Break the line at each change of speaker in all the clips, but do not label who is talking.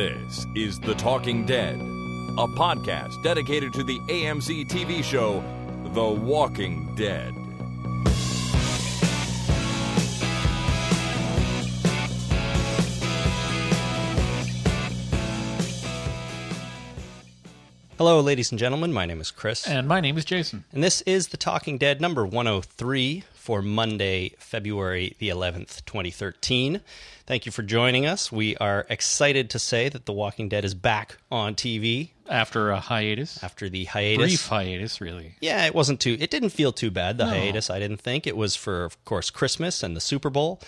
is The Talking Dead, a podcast dedicated to the AMC TV show The Walking Dead.
Hello, ladies and gentlemen. My name is Chris.
And my name is Jason.
And this is The Talking Dead number 103 for Monday, February the 11th, 2013. Thank you for joining us. We are excited to say that The Walking Dead is back on TV
After a hiatus,
after the hiatus.
brief hiatus, really.
Yeah, it wasn't too, it didn't feel too bad, the hiatus, I didn't think. It was for, of course, Christmas and the Super Bowl.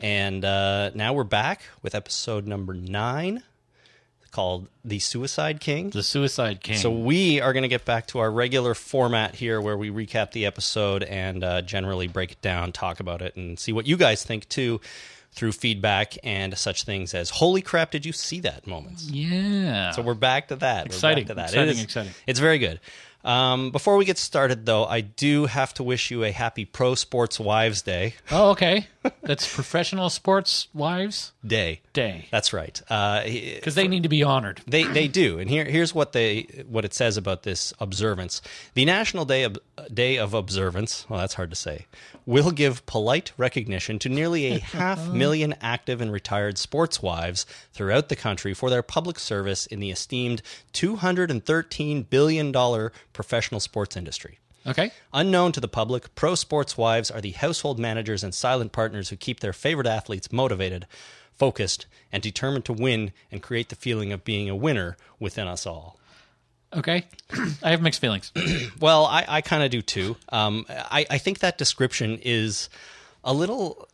And uh, now we're back with episode number nine called The Suicide King.
The Suicide King.
So we are going to get back to our regular format here, where we recap the episode and uh, generally break it down, talk about it, and see what you guys think too, through feedback and such things as "Holy crap, did you see that?" moments.
yeah.
So we're back to that. We're back
Exciting,
to that.
exciting,
it is,
exciting.
It's very good. Um, before we get started, though, I do have to wish you a happy Pro Sports Wives Day.
oh, okay. That's Professional Sports Wives
Day.
Day
That's right. Uh,
because they need to be honored.
They they do, and here here's what they what it says about this observance. The National Day of Day of Observance. Well, that's hard to say. Will give polite recognition to nearly a half million active and retired sports wives throughout the country for their public service in the esteemed two hundred and thirteen billion dollar professional sports industry.
Okay.
Unknown to the public, pro sports wives are the household managers and silent partners who keep their favorite athletes motivated, focused, and determined to win and create the feeling of being a winner within us all.
Okay. I have mixed feelings.
Well, I, I kind of do too. Um, I, I think that description is a little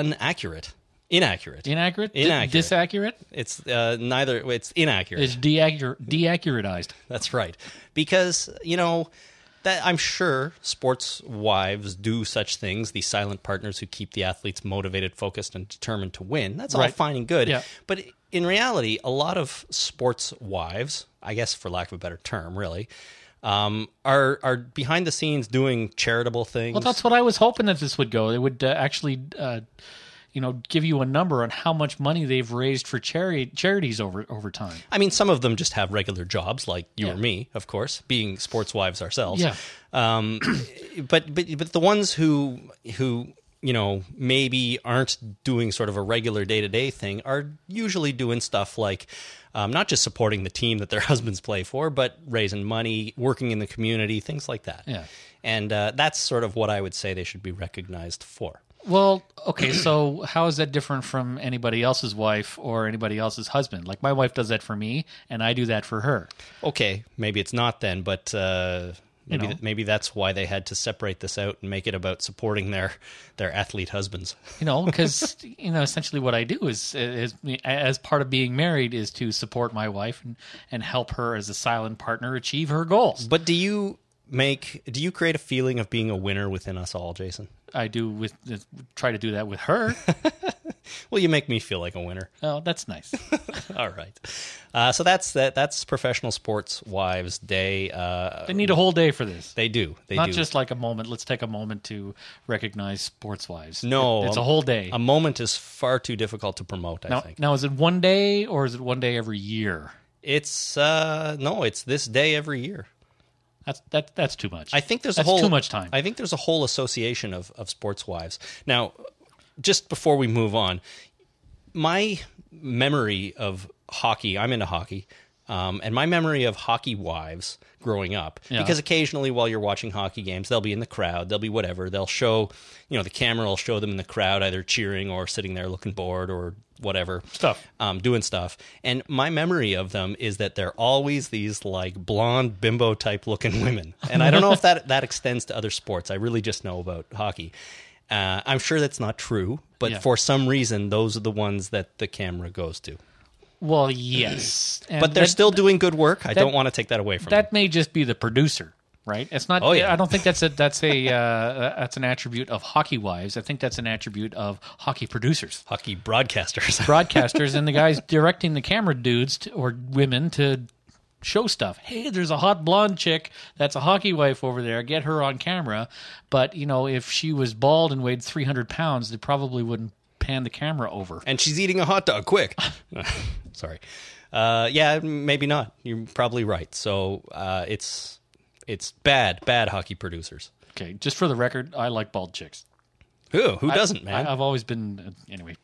inaccurate. Inaccurate.
Inaccurate? Di-
Inaccurate.
Disaccurate?
it's uh, neither. It's inaccurate.
It's deaccur- deaccuratized.
That's right. Because, you know, that I'm sure sports wives do such things, the silent partners who keep the athletes motivated, focused, and determined to win. That's all
Right.
fine and good.
Yeah.
But in reality, a lot of sports wives, I guess for lack of a better term, really, um, are are behind the scenes doing charitable things.
Well, that's what I was hoping that this would go. It would uh, actually, uh, you know, give you a number on how much money they've raised for chari- charities over over time.
I mean, some of them just have regular jobs, like you or
Yeah.
me, of course, being sports wives ourselves.
Yeah.
Um, but but but the ones who who you know maybe aren't doing sort of a regular day to day thing are usually doing stuff like um, not just supporting the team that their husbands play for, but raising money, working in the community, things like that.
Yeah.
And uh, that's sort of what I would say they should be recognized for.
Well, okay, so how is that different from anybody else's wife or anybody else's husband? Like my wife does that for me, and I do that for her.
okay, maybe it's not then, but uh, maybe
know.
maybe that's why they had to separate this out and make it about supporting their their athlete husbands.
You know, because you know, essentially, what I do is, is as part of being married is to support my wife and and help her as a silent partner achieve her goals.
But do you make do you create a feeling of being a winner within us all, Jason?
I do with try to do that with her.
Well, you make me feel like a winner.
Oh, that's nice.
All right, uh, so that's that. That's Professional Sports Wives Day. Uh,
They need a whole day for this.
they do. They
Not
do.
just like a moment. Let's take a moment to recognize sports wives.
no.
It- it's a
um,
whole day.
A moment is far too difficult to promote. I
now,
think
now, is it one day or is it one day every year?
it's uh, no. It's this day every year.
That's that, that's too much.
I think there's
that's
a whole
too much time.
I think there's a whole association of of sports wives. Now, just before we move on, my memory of hockey. I'm into hockey. Um, and my memory of hockey wives growing up,
Yeah.
because occasionally while you're watching hockey games, they'll be in the crowd, they'll be whatever, they'll show, you know, the camera will show them in the crowd either cheering or sitting there looking bored or whatever
Stuff.
um, doing stuff. And my memory of them is that they're always these like blonde bimbo type looking women. And I don't know if that that extends to other sports. I really just know about hockey. Uh, I'm sure that's not true, but
Yeah.
for some reason, those are the ones that the camera goes to.
well, yes, And
But they're
that-
still doing good work. I don't want to take that away from them.
That may just be the producer, right? It's not.
Oh, yeah.
I don't think that's a that's a uh, that's an attribute of hockey wives. I think that's an attribute of hockey producers,
hockey broadcasters.
broadcasters, and the guys directing the camera dudes to, or women to show stuff. Hey, there's a hot blonde chick that's a hockey wife over there. Get her on camera. But you know, if she was bald and weighed 300 pounds, they probably wouldn't pan the camera over.
and she's eating a hot dog. Quick. Sorry. Uh, yeah, maybe not. You're probably right. So uh, it's it's bad, bad hockey producers.
Okay, just for the record, I like bald chicks.
Who who doesn't, man?
I, I've always been uh, anyway.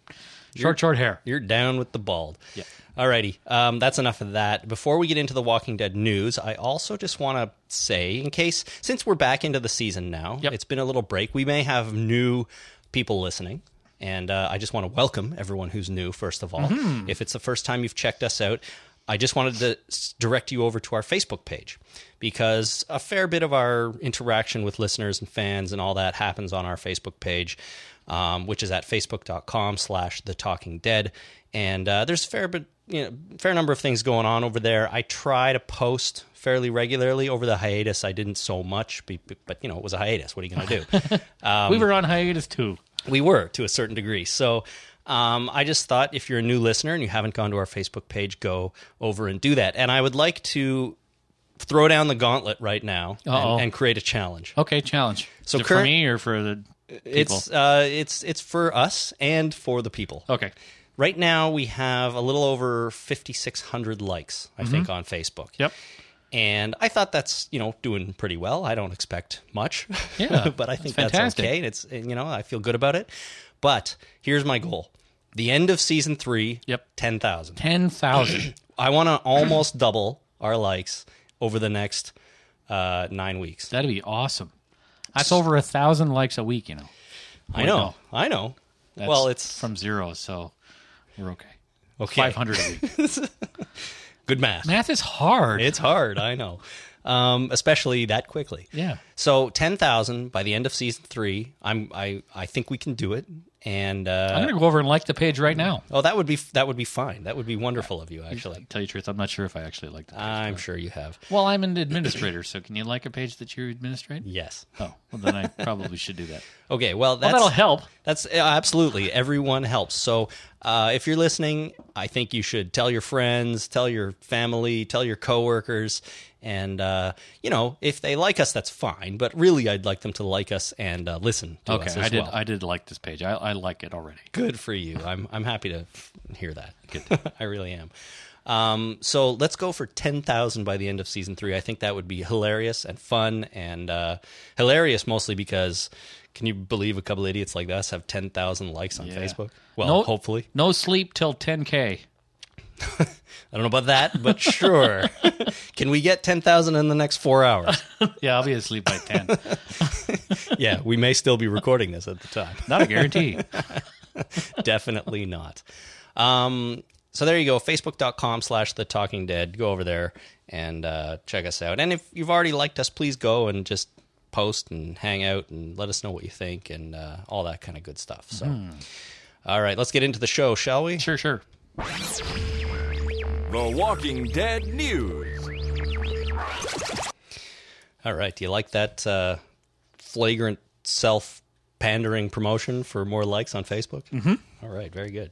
Short, short hair.
You're down with the bald.
Yeah.
Alrighty. Um, that's enough of that. Before we get into the Walking Dead news, I also just want to say, in case, since we're back into the season now,
Yep.
it's been a little break. We may have new people listening. And uh, I just want to welcome everyone who's new, first of all.
Mm-hmm.
If it's the first time you've checked us out, I just wanted to s- direct you over to our Facebook page because a fair bit of our interaction with listeners and fans and all that happens on our Facebook page, um, which is at facebook.com slash the talking dead. And uh, there's a fair bit, you know, fair number of things going on over there. I try to post fairly regularly over the hiatus. I didn't so much, be- be- but you know, it was a hiatus. What are you going to do? Um,
we were on hiatus too.
We were to a certain degree. So um, I just thought if you're a new listener and you haven't gone to our Facebook page, go over and do that. And I would like to throw down the gauntlet right now
Uh-oh.
and, and create a challenge.
Okay, challenge.
So
Is it for
current-
me or for the people? Oh.
It's uh, it's it's for us and for the people.
Okay,
Right now we have a little over 5600 likes, I
Mm-hmm.
think on Facebook.
Yep.
And I thought that's, you know, doing pretty well. I don't expect much.
Yeah,
but I
that's
think that's
fantastic.
okay and it's and, you know, I feel good about it. But here's my goal. The end of season 3,
Yep.
10,000.
ten thousand.
I want to almost double our likes over the next uh, 9 weeks.
That'd be awesome. That's over a thousand likes a week. You know.
I know. I know.
That's
well, it's
from zero, so we're okay.
Okay.
Five hundred a week.
good math.
Math is hard.
It's hard, I know. Um, especially that quickly.
Yeah.
So ten thousand by the end of season three. I'm I I think we can do it. And
I'm
uh,
gonna go over and like the page right now.
oh, that would be that would be fine. That would be wonderful of you. Actually,
Tell you the truth, I'm not sure if I actually like that.
I'm sure you have.
well, I'm an administrator, so can you like a page that you administrate?
Yes.
Oh, well then I probably should do that.
Okay. Well, that's
Well, that'll help.
That's uh, absolutely everyone helps. So uh, if you're listening, I think you should tell your friends, tell your family, tell your coworkers, and uh, you know if they like us, that's fine. But really, I'd like them to like us and uh, listen to
Okay,
us as
I did.
well.
I did like this page. I, I like it already.
Good for you. I'm I'm happy to f- hear that. I really am. Um, so let's go for ten thousand by the end of season three. I think that would be hilarious and fun and uh, hilarious mostly because can you believe a couple idiots like us have ten thousand likes on Facebook? Well,
No-
hopefully.
No sleep till 10k.
I don't know about that, but sure. can we get ten thousand in the next four hours?
Yeah, I'll be asleep by 10.
yeah, we may still be recording this at the time.
Not a guarantee.
definitely not um, so there you go facebook.com slash the talking dead go over there and uh, check us out and if you've already liked us please go and just post and hang out and let us know what you think and uh, all that kind of good stuff so all right let's get into the show shall we
Sure, sure.
The Walking Dead News.
all right do you like that uh, flagrant self pandering promotion for more likes on facebook mm-hmm. right very good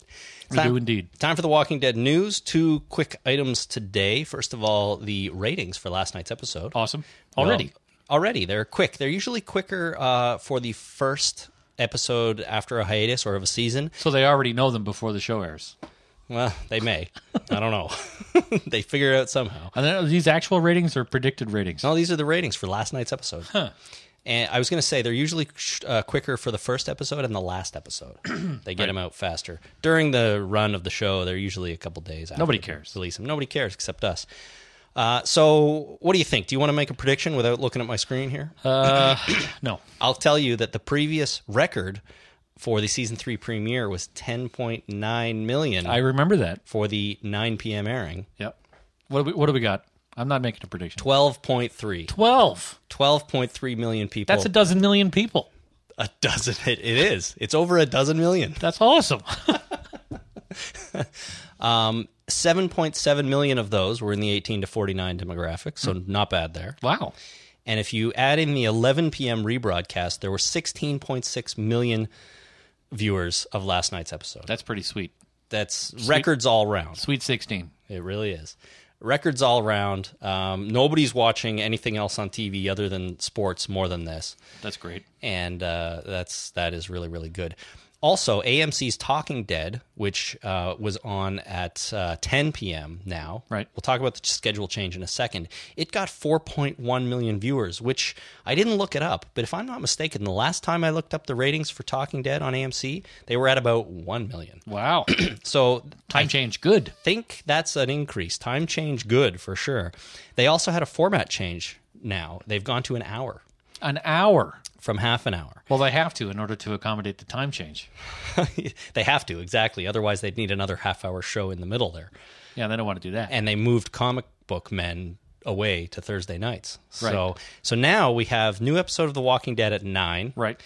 We do indeed.
Time for the Walking Dead news. Two quick items today. First of all, the ratings for last night's episode.
Awesome. Already.
Well, already. They're quick. They're usually quicker uh, for the first episode after a hiatus or of a season.
so they already know them before the show airs.
Well, they may. I don't know. they figure it out somehow.
And then these actual ratings are predicted ratings.
No, Oh, these are the ratings for last night's episode. And I was going to say they're usually sh- uh, quicker for the first episode and the last episode. they get them out faster during the run of the show. They're usually a couple days. after
Nobody
they
cares.
Release them. Nobody cares except us. Uh, so, what do you think? Do you want to make a prediction without looking at my screen here?
Uh, No.
I'll tell you that the previous record for the season three premiere was 10.9 million
I remember that.
for the 9 p.m. airing.
Yep. What do we, what do we got? I'm not making a prediction.
12.3.
12.
12.3 million people.
That's a dozen million people.
A dozen. It, it is. It's over a dozen million.
That's awesome.
Um, 7.7 million of those were in the 18 to 49 demographic, so not bad there.
wow.
And if you add in the 11 p.m. rebroadcast, there were 16.6 million viewers of last night's episode.
That's pretty sweet.
That's records all round.
Sweet 16.
It really is. Records all round. Um, nobody's watching anything else on TV other than sports more than this.
That's great.
and uh, that's that is really really good. also, AMC's Talking Dead, which uh, was on at uh, 10 p.m. now.
Right.
We'll talk about the schedule change in a second. It got 4.1 million viewers, which I didn't look it up, but if I'm not mistaken, the last time I looked up the ratings for Talking Dead on AMC, they were at about 1 million.
Wow.
So
Time change. Good.
think that's an increase. Time change, good for sure. They also had a format change now. They've gone to an hour
An hour.
from half an hour.
Well, they have to in order to accommodate the time change.
they have to, exactly. Otherwise, they'd need another half hour show in the middle there.
Yeah, they don't want to do that.
And they moved comic book men away to Thursday nights. So,
Right.
so now we have new episode of The Walking Dead at 9,
right.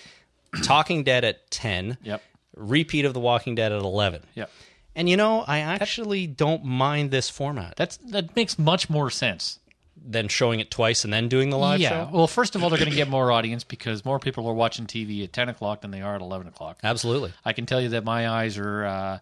Talking Dead at 10,
Yep.
repeat of The Walking Dead at 11.
Yep.
And you know, I actually don't mind this format
That's that makes much more sense.
than showing it twice and then doing the live
yeah.
show.
Well, first of all, they're going to get more audience because more people are watching TV at ten o'clock than they are at eleven o'clock.
Absolutely.
I can tell you that my eyes are. Uh,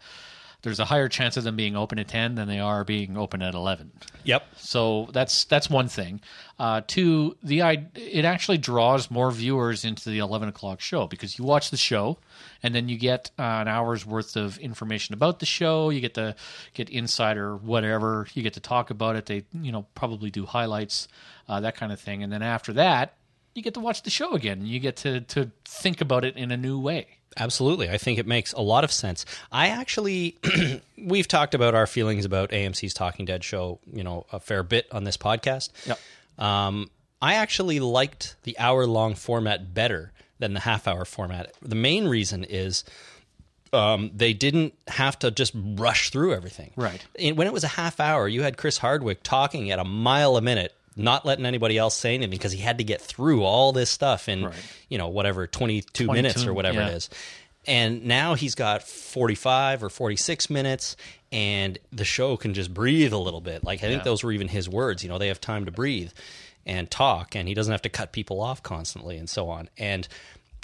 there's a higher chance of them being open at ten than they are being open at eleven.
Yep.
So that's that's one thing. Uh, two, the I it actually draws more viewers into the eleven o'clock show because you watch the show, and then you get uh, an hour's worth of information about the show. You get the get insider whatever. You get to talk about it. They you know probably do highlights, uh, that kind of thing. And then after that, you get to watch the show again. and You get to to think about it in a new way.
Absolutely. I think it makes a lot of sense. I actually, we've talked about our feelings about AMC's Talking Dead show, you know, a fair bit on this podcast.
Yep.
Um, I actually liked the hour long format better than the half hour format. The main reason is um, they didn't have to just rush through everything.
Right.
And when it was a half hour, you had Chris Hardwick talking at a mile a minute, not letting anybody else say anything because he had to get through all this stuff in, you know, whatever, 22, minutes or whatever it
yeah.
is. And now he's got 45 or 46 minutes, and the show can just breathe a little bit. Like, I think those were even his words. You know, they have time to breathe and talk, and he doesn't have to cut people off constantly and so on. And,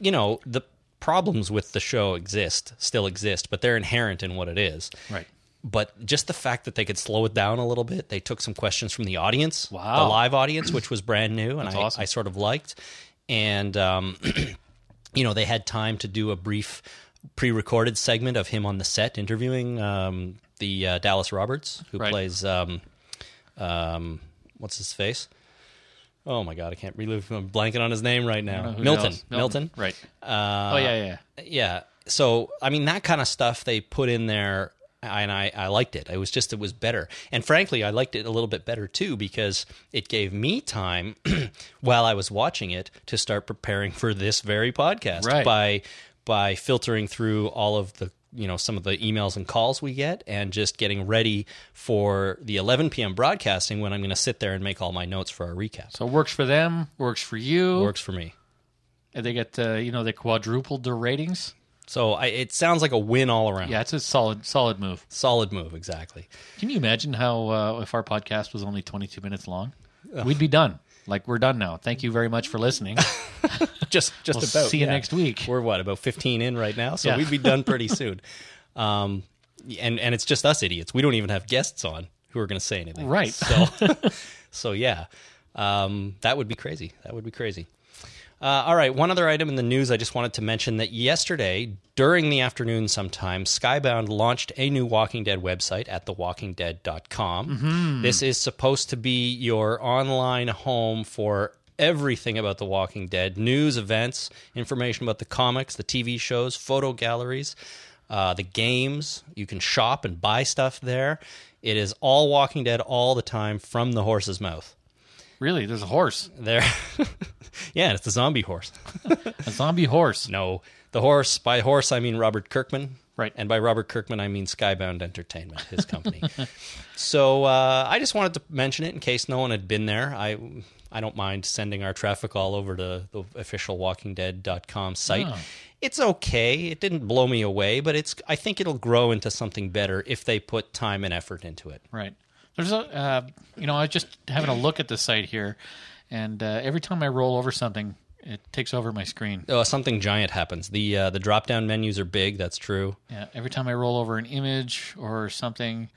you know, the problems with the show exist, still exist, but they're inherent in what it is
Right.
but just the fact that they could slow it down a little bit, they took some questions from the audience,
Wow.
the live audience, which was brand new, and I,
awesome.
I sort of liked. And um, you know, they had time to do a brief pre-recorded segment of him on the set interviewing um, the uh, Dallas Roberts, who
Right.
plays um, um, what's his face. Oh my God! I can't relive. I'm blanking on his name right now.
Who
Milton.
knows?
Milton. Uh,
Right. oh yeah, yeah, yeah.
Yeah. So I mean that kind of stuff they put in there and I, I liked it. It was just it was better. And frankly, I liked it a little bit better too because it gave me time while I was watching it to start preparing for this very podcast
Right.
by by filtering through all of the you know some of the emails and calls we get and just getting ready for the 11 p.m. broadcasting when I'm going to sit there and make all my notes for our recap.
So it works for them. Works for you.
Works for me.
And they get uh, you know they quadrupled their ratings.
So I, it sounds like a win all around.
Yeah, it's a solid solid move.
Solid move, exactly.
Can you imagine how uh, if our podcast was only 22 minutes long, we'd be done. Like we're done now. Thank you very much for listening.
just just
We'll
about
see you
yeah.
next week.
We're what about fifteen in right now, so
Yeah.
we'd be done pretty soon. Um, and and it's just us idiots. We don't even have guests on who are going to say anything,
Right.
So so yeah, um, that would be crazy. That would be crazy. Uh, all right, one other item in the news I just wanted to mention that yesterday, during the afternoon sometime, Skybound launched a new Walking Dead website at thewalkingdead.com. This is supposed to be your online home for everything about The Walking Dead news, events, information about the comics, the TV shows, photo galleries, uh, the games. You can shop and buy stuff there. It is all Walking Dead all the time from the horse's mouth.
really, there's a horse,
There. yeah, and it's the zombie horse.
a zombie horse.
No, the horse. By horse, I mean Robert Kirkman.
Right.
And by Robert Kirkman, I mean Skybound Entertainment, his company. so uh, I just wanted to mention it in case no one had been there. I I don't mind sending our traffic all over to the official WalkingDead.com site. It's okay. It didn't blow me away, but it's. I think it'll grow into something better if they put time and effort into it.
Right. There's a uh, you know I was just having a look at the site here, and uh, every time I roll over something, it takes over my screen.
Oh, something giant happens. The uh, the drop down menus are big. That's true.
Yeah, every time I roll over an image or something,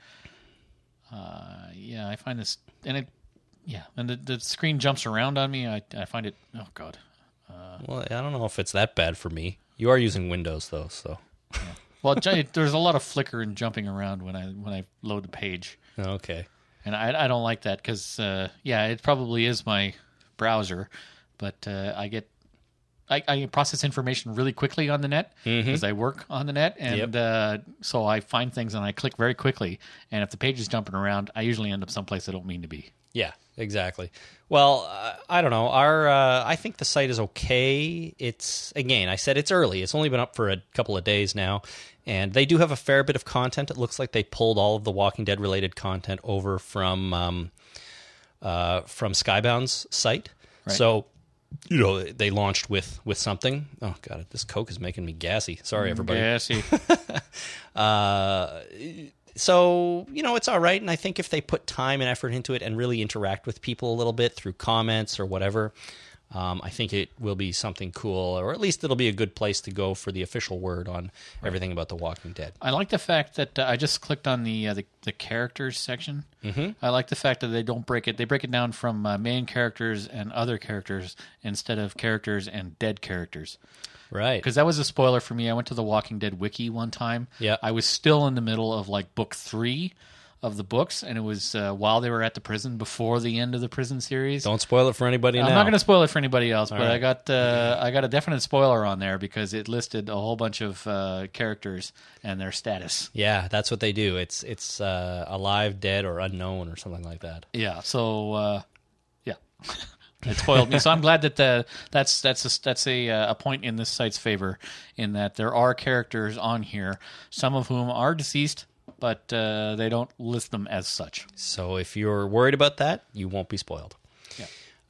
uh, yeah, I find this, and it, yeah, and the, the screen jumps around on me. I, I find it, oh god,
Well, I don't know if it's that bad for me. You are using Windows though, so.
Well, j- there's a lot of flicker and jumping around when I when I load the page,
Okay.
and I I don't like that because uh, yeah, it probably is my browser, but uh, I get. I, I process information really quickly on the net because I work on the net, and uh, so I find things and I click very quickly. And if the page is jumping around, I usually end up someplace I don't mean to be.
Yeah, exactly. Well, uh, I don't know. Our uh, I think the site is okay. It's again, I said it's early. It's only been up for a couple of days now, and they do have a fair bit of content. It looks like they pulled all of the Walking Dead related content over from um, uh, from Skybound's site. So, you know, they launched with with something. Oh god, this Coke is making me gassy. Sorry, everybody.
Yeah, I see.
so you know it's all right and i think if they put time and effort into it and really interact with people a little bit through comments or whatever um, i think it will be something cool or at least it'll be a good place to go for the official word on everything about the walking dead
I like the fact that uh, I just clicked on the uh, the, the characters section. Mm-hmm. I like the fact that they don't break it; they break it down from uh, main characters and other characters instead of characters and dead characters.
right
Because that was a spoiler for me. I went to the Walking Dead wiki one time.
Yeah.
I was still in the middle of like book three of the books, and it was uh, while they were at the prison before the end of the prison series.
don't spoil it for anybody
I'm
now
not going to spoil it for anybody else, but I got uh, I got a definite spoiler on there because it listed a whole bunch of uh, characters and their status.
yeah that's what they do it's it's uh, alive dead or unknown or something like that
Yeah. So uh, yeah, it spoiled me. So I'm glad that uh, that's that's a, that's a uh, a point in this site's favor in that there are characters on here, some of whom are deceased, but uh, they don't list them as such.
So if you're worried about that, you won't be spoiled.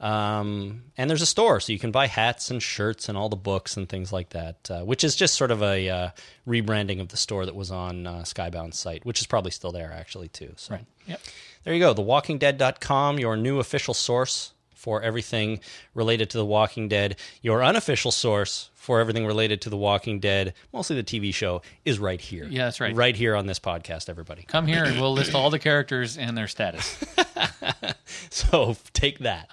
Um, and there's a store, so you can buy hats and shirts and all the books and things like that, uh, which is just sort of a uh, rebranding of the store that was on uh, Skybound's site, which is probably still there actually too. So
Yep.
there you go. TheWalkingDead.com, your new official source for everything related to The Walking Dead. Your unofficial source for everything related to The Walking Dead, mostly the TV show, is right here.
Yeah, that's right.
Right here on this podcast, everybody.
Come here and we'll list all the characters and their status.
So take that.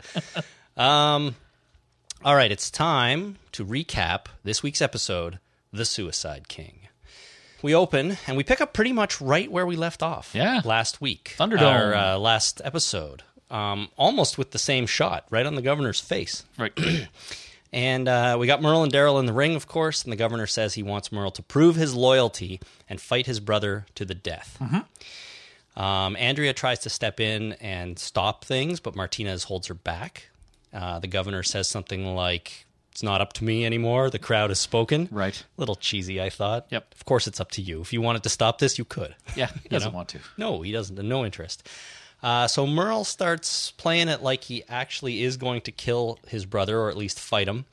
um, all right, it's time to recap this week's episode, The Suicide King. We open and we pick up pretty much right where we left off
Yeah.
last week.
Thunderdome.
Our uh, last episode. Um, almost with the same shot, right on the governor's face.
Right.
And uh, we got Merle and Daryl in the ring, of course, and the governor says he wants Merle to prove his loyalty and fight his brother to the death.
Mm-hmm.
Um, Andrea tries to step in and stop things, but Martinez holds her back. Uh, the governor says something like, It's not up to me anymore. The crowd has spoken.
Right.
Little cheesy, I thought.
Yep.
Of course, it's up to you. If you wanted to stop this, you could.
Yeah. He doesn't want to.
No, he doesn't. No interest. Uh, so Merle starts playing it like he actually is going to kill his brother, or at least fight him.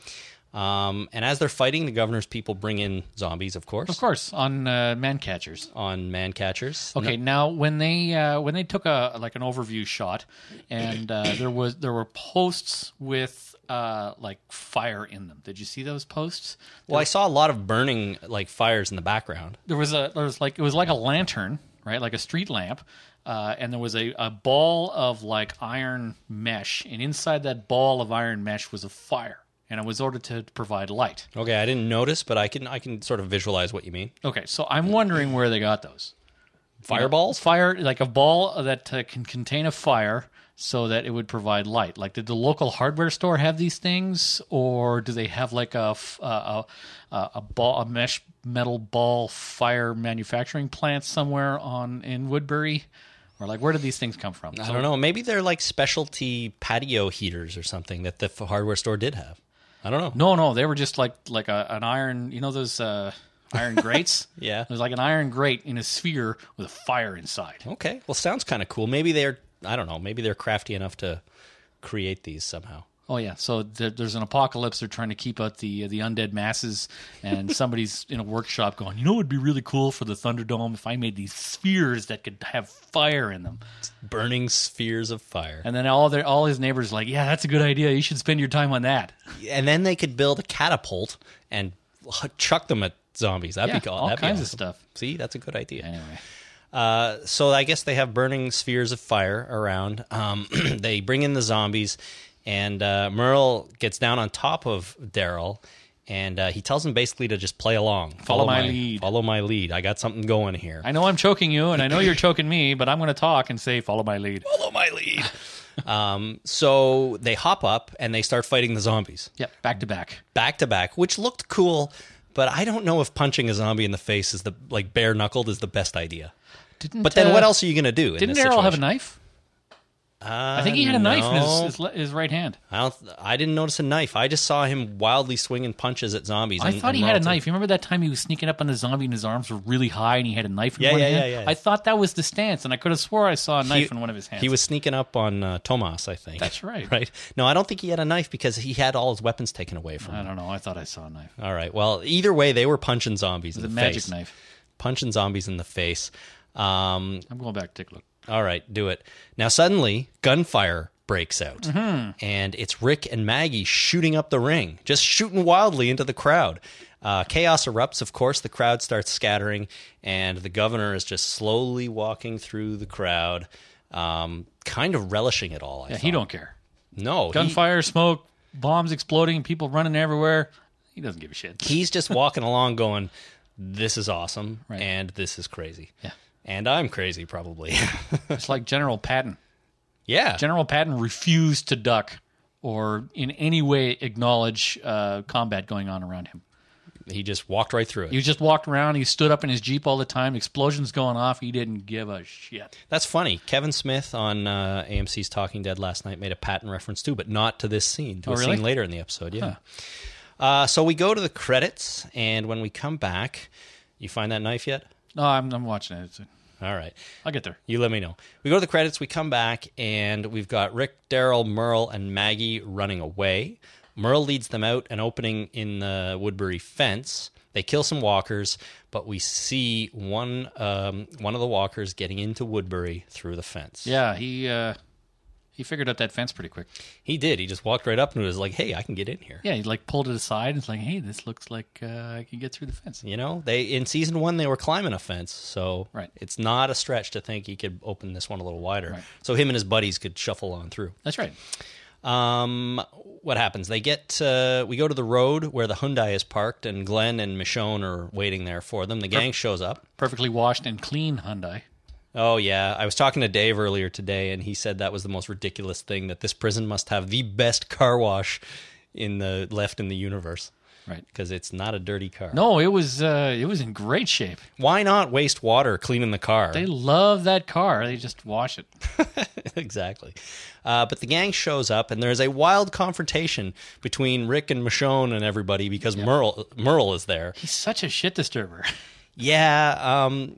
Um, and as they're fighting, the governor's people bring in zombies, of course,
Of course, on uh, man catchers.
on man catchers.
Okay, now when they uh, when they took a like an overview shot, and uh, there was there were posts with uh, like fire in them. Did you see those posts?
Well, I saw a lot of burning like fires in the background.
There was a there was like it was like a lantern, right? Like a street lamp, uh, and there was a, a ball of like iron mesh, and inside that ball of iron mesh was a fire, and it was ordered to provide light.
Okay, I didn't notice, but I can I can sort of visualize what you mean.
Okay, so I'm wondering where they got those.
Fireballs.
fire like a ball that uh, can contain a fire so that it would provide light like did the local hardware store have these things or do they have like a f- uh, a, a, a ball a mesh metal ball fire manufacturing plant somewhere on in woodbury or like where did these things come from
I don't know. Maybe they're like specialty patio heaters or something that the f- hardware store did have. I don't know.
no no they were just like like a, an iron you know those uh iron grates
Yeah.
there's like an iron grate in a sphere with a fire inside
Okay. Well, sounds kind of cool. Maybe they're I don't know. Maybe they're crafty enough to create these somehow.
Oh yeah, so there, there's an apocalypse. They're trying to keep out the the undead masses, and somebody's in a workshop going, "You know, it would be really cool for the Thunderdome if I made these spheres that could have fire in them."
Burning spheres of fire.
And then all their all his neighbors are like, "Yeah, that's a good idea. You should spend your time on that."
And then they could build a catapult and chuck them at zombies. That'd
Yeah,
be cool.
all
That'd
kinds
be
of
awesome.
stuff.
See, that's a good idea.
Anyway,
Uh, so I guess they have burning spheres of fire around. Um, they bring in the zombies, and uh, Merle gets down on top of Daryl And uh, he tells them basically to just play along,
Follow my lead.
follow my lead. I got something going here.
I know I'm choking you, and I know you're choking me, but I'm going to talk and say, "Follow my lead."
follow my lead. um, so they hop up and they start fighting the zombies
Yep, back to back.
back to back, which looked cool. But I don't know if punching a zombie in the face is the like bare knuckled is the best idea.
Didn't,
But then
uh,
what else are you gonna do? in
Didn't
this
Errol have a
situation? Uh,
knife? I think he had a knife in his, his, le- his right hand.
I don't. I didn't notice a knife. I just saw him wildly swinging punches at zombies.
I
and-
thought
and
he had a
Marlton.
knife. You remember that time he was sneaking up on the zombie and his arms were really high and he had a knife in
Yeah,
one
yeah,
hand?
yeah, yeah.
I thought that was the stance, and I could have swore I saw a knife in one of his hands.
He was sneaking up on uh, Tomas, I think.
That's right.
Right. No, I don't think he had a knife because he had all his weapons taken away from
I
him.
don't know. I thought I saw a knife.
All right. Well, either way, they were punching zombies in
The
the,
magic
face.
knife.
Punching zombies in the face. Um,
I'm going back to take a look.
All right, do it. Now, suddenly, gunfire breaks out,
Mm-hmm.
and it's Rick and Maggie shooting up the ring, just shooting wildly into the crowd. Uh, chaos erupts, of course. The crowd starts scattering, and the governor is just slowly walking through the crowd, um, kind of relishing it all. I
Yeah,
thought.
he don't care.
No, he-
Gunfire, smoke, bombs exploding, people running everywhere. He doesn't give a shit.
he's just walking along, going, "This is awesome," and "This is crazy."
Yeah.
And I'm crazy, probably.
It's like General Patton.
yeah.
General Patton refused to duck or in any way acknowledge uh, combat going on around him.
he just walked right through it.
He just walked around. He stood up in his jeep all the time. Explosions going off. He didn't give a shit.
That's funny. Kevin Smith on uh, AMC's Talking Dead last night made a patent reference too, but not to this scene. To
Oh,
a
really?
scene later in the episode. Yeah. Uh, so we go to the credits, and when we come back, you find that knife yet?
No, I'm, I'm watching it. It's-
All right.
I'll get there.
You let me know. We go to the credits, we come back, and we've got Rick, Daryl, Merle, and Maggie running away. Merle leads them out an opening in the Woodbury fence. They kill some walkers, but we see one um, one of the walkers getting into Woodbury through the fence.
Yeah, he uh, he figured out that fence pretty quick.
He did. He just walked right up and was like, "Hey, I can get in here."
Yeah, he like pulled it aside. and It's like, hey, this looks like uh, I can get through the fence.
You know, they in season one they were climbing a fence, so
Right.
it's not a stretch to think he could open this one a little wider.
Right.
So him and his buddies could shuffle on through.
That's right.
Um, what happens? They get uh, we go to the road where the Hyundai is parked, and Glenn and Michonne are waiting there for them. The gang shows up.
Perfectly washed and clean Hyundai.
Oh yeah, I was talking to Dave earlier today, and he said that was the most ridiculous thing that this prison must have the best car wash in the left in the universe
Right.
because it's not a dirty car.
No, it was uh, it was in great shape.
Why not waste water cleaning the car?
They love that car. They just wash it.
exactly. Uh, but the gang shows up, and there's a wild confrontation between Rick and Michonne and everybody because Merle Merle is there.
He's such a shit disturber.
Yeah. Um,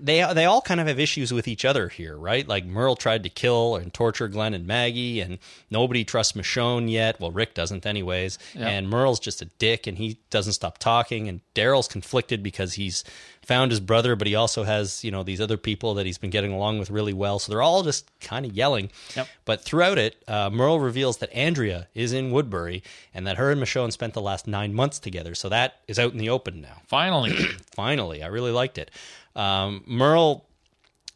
they they all kind of have issues with each other here, right? Like Merle tried to kill and torture Glenn and Maggie, and nobody trusts Michonne yet. Well, Rick doesn't, anyways.
Yeah.
And Merle's just a dick, and he doesn't stop talking. And Daryl's conflicted because he's found his brother, but he also has you know these other people that he's been getting along with really well. So they're all just kind of yelling.
Yep.
But throughout it, uh, Merle reveals that Andrea is in Woodbury, and that her and Michonne spent the last nine months together. So that is out in the open now
Finally,
finally. I really liked it. Um, Merle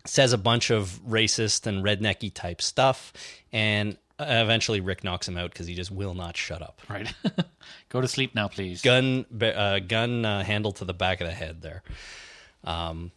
says a bunch of racist and rednecky type stuff, and uh, eventually Rick knocks him out because he just will not shut up.
right. Go to sleep now, please.
Gun, ba- uh, gun uh, handle to the back of the head there. Um,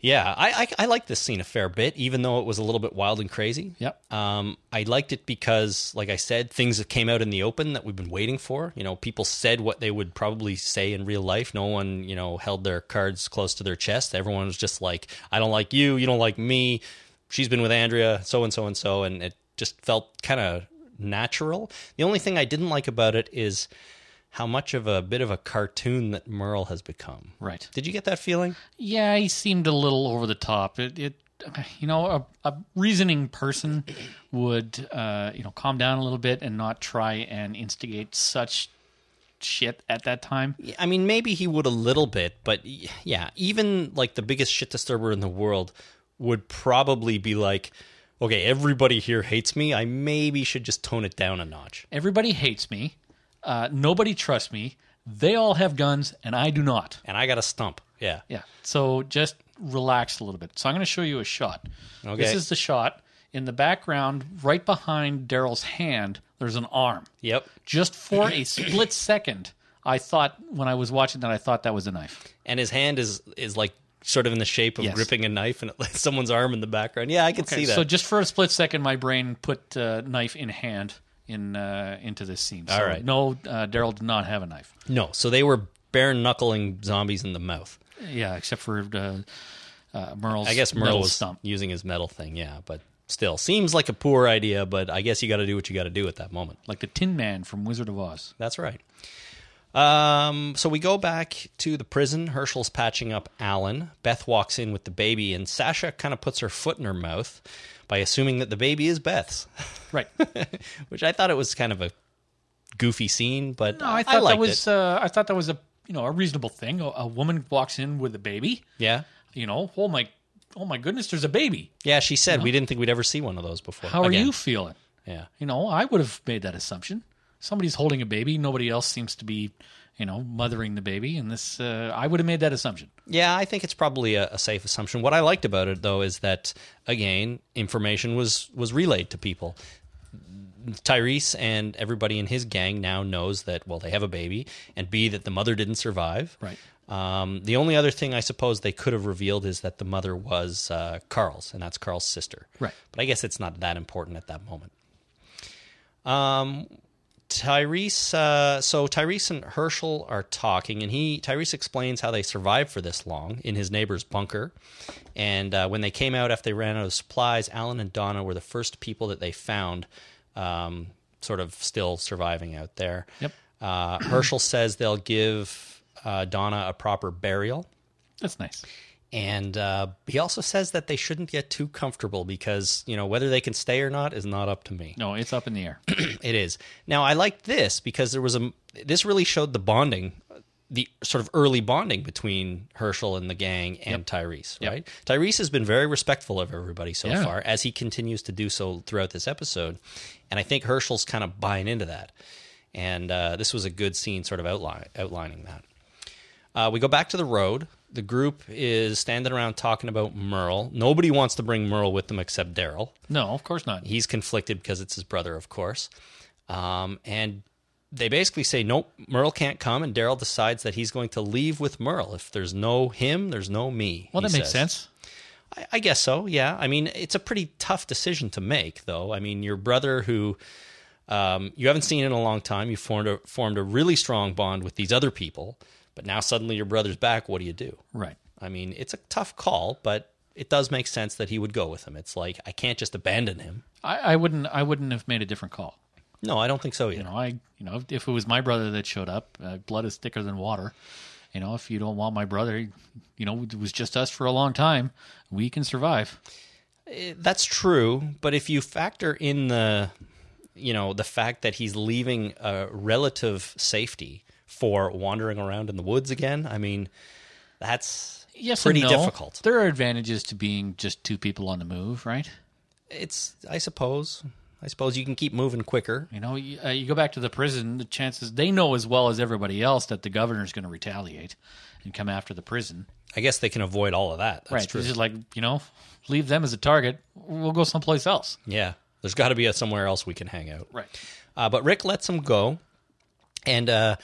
yeah, I, I I like this scene a fair bit, even though it was a little bit wild and crazy.
Yep.
Um, I liked it because, like I said, things that came out in the open that we've been waiting for. You know, people said what they would probably say in real life. No one, you know, held their cards close to their chest. Everyone was just like, "I don't like you. You don't like me." She's been with Andrea, so and so and so, and it just felt kind of natural. The only thing I didn't like about it is how much of a bit of a cartoon that Merle has become.
Right.
Did you get that feeling?
Yeah, he seemed a little over the top. It, it you know, a, a reasoning person would, uh, you know, calm down a little bit and not try and instigate such shit at that time.
I mean, maybe he would a little bit, but y- yeah, even like the biggest shit disturber in the world would probably be like, okay, everybody here hates me. I maybe should just tone it down a notch.
Everybody hates me. Uh, nobody trusts me. They all have guns, and I do not.
And I got a stump. Yeah.
Yeah. So just relax a little bit. So I'm going to show you a shot.
Okay.
This is the shot in the background, right behind Daryl's hand. there's an arm.
Yep.
Just for a split second, I thought when I was watching that, I thought that was a knife.
And his hand is is like sort of in the shape of
Yes.
gripping a knife and someone's arm in the background. Yeah, I could see that.
So just for a split second, my brain put uh, knife in hand in uh, into this scene. So
All right.
No, uh, Daryl did not have a knife.
no, so they were bare knuckling zombies in the mouth.
Yeah, except for uh, uh, Merle's.
I guess Merle
metal
was
stump.
using his metal thing, yeah, but still seems like a poor idea, but I guess you got to do what you got to do at that moment.
like the Tin Man from Wizard of Oz.
That's right. Um, so we go back to the prison. Herschel's patching up Alan. Beth walks in with the baby, and Sasha kind of puts her foot in her mouth by assuming that the baby is Beth's,
Right.
which I thought it was kind of a goofy scene, but
No,
I,
I
I
thought
liked
that was
it.
uh, I thought that was a you know a reasonable thing. A, a woman walks in with a baby.
Yeah.
You know, oh my, oh my goodness, there's a baby.
Yeah, she said we didn't think we'd ever see one of those before.
How are
Again,
you feeling?
Yeah.
You know, I would have made that assumption. Somebody's holding a baby. Nobody else seems to be, you know, mothering the baby. And this, uh, I would have made that assumption.
Yeah, I think it's probably a, a safe assumption. What I liked about it though is that again, information was was relayed to people. Tyrese and everybody in his gang now knows that well they have a baby and B that the mother didn't survive.
Right.
Um, the only other thing I suppose they could have revealed is that the mother was uh, Carl's and that's Carl's sister.
Right.
But I guess it's not that important at that moment. Tyrese, uh, so Tyrese and Herschel are talking, and he Tyrese explains how they survived for this long in his neighbor's bunker. And uh, when they came out after they ran out of supplies, Alan and Donna were the first people that they found, um, sort of still surviving out there.
Yep.
Uh, Herschel says they'll give uh, Donna a proper burial.
That's nice.
And uh, he also says that they shouldn't get too comfortable because, you know, whether they can stay or not is not up to me.
No, it's up in the air.
It is. Now I liked this because there was a this really showed the bonding the sort of early bonding between Herschel and the gang and Tyrese,
Yep.
right? Tyrese has been very respectful of everybody so
Yeah.
far as he continues to do so throughout this episode. And I think Herschel's kind of buying into that. And uh, this was a good scene sort of outline, outlining that. Uh, we go back to the road. The group is standing around talking about Merle. Nobody wants to bring Merle with them except Daryl
No, of course not.
he's conflicted because it's his brother, of course. Um, and they basically say, nope, Merle can't come. And Daryl decides that he's going to leave with Merle. If there's no him, there's no me.
Well,
he
that makes
says.
sense.
I, I guess so, yeah. I mean, it's a pretty tough decision to make, though. I mean, your brother who. Um, you haven't seen in a long time. You formed a, formed a really strong bond with these other people, but now suddenly your brother's back. What do you do?
Right.
I mean, it's a tough call, but it does make sense that he would go with him. It's like I can't just abandon him.
I, I wouldn't. I wouldn't have made a different call.
No, I don't think so either.
You know, I, you know, if, if it was my brother that showed up, uh, blood is thicker than water. You know, if you don't want my brother, you know, it was just us for a long time. We can survive.
That's true, but if you factor in the you know the fact that he's leaving a relative safety for wandering around in the woods again, I mean that's
Yes,
pretty
and no.
difficult.
There are advantages to being just two people on the move, right?
It's I suppose I suppose you can keep moving quicker.
You know, you, uh, you go back to the prison. The chances they know as well as everybody else that the governor's going to retaliate and come after the prison.
I guess they can avoid all of that. That's
right?
true.
It's just like you know, leave them as a target. We'll go someplace else.
yeah. There's got to be a somewhere else we can hang out.
Right.
Uh, but Rick lets him go. And uh,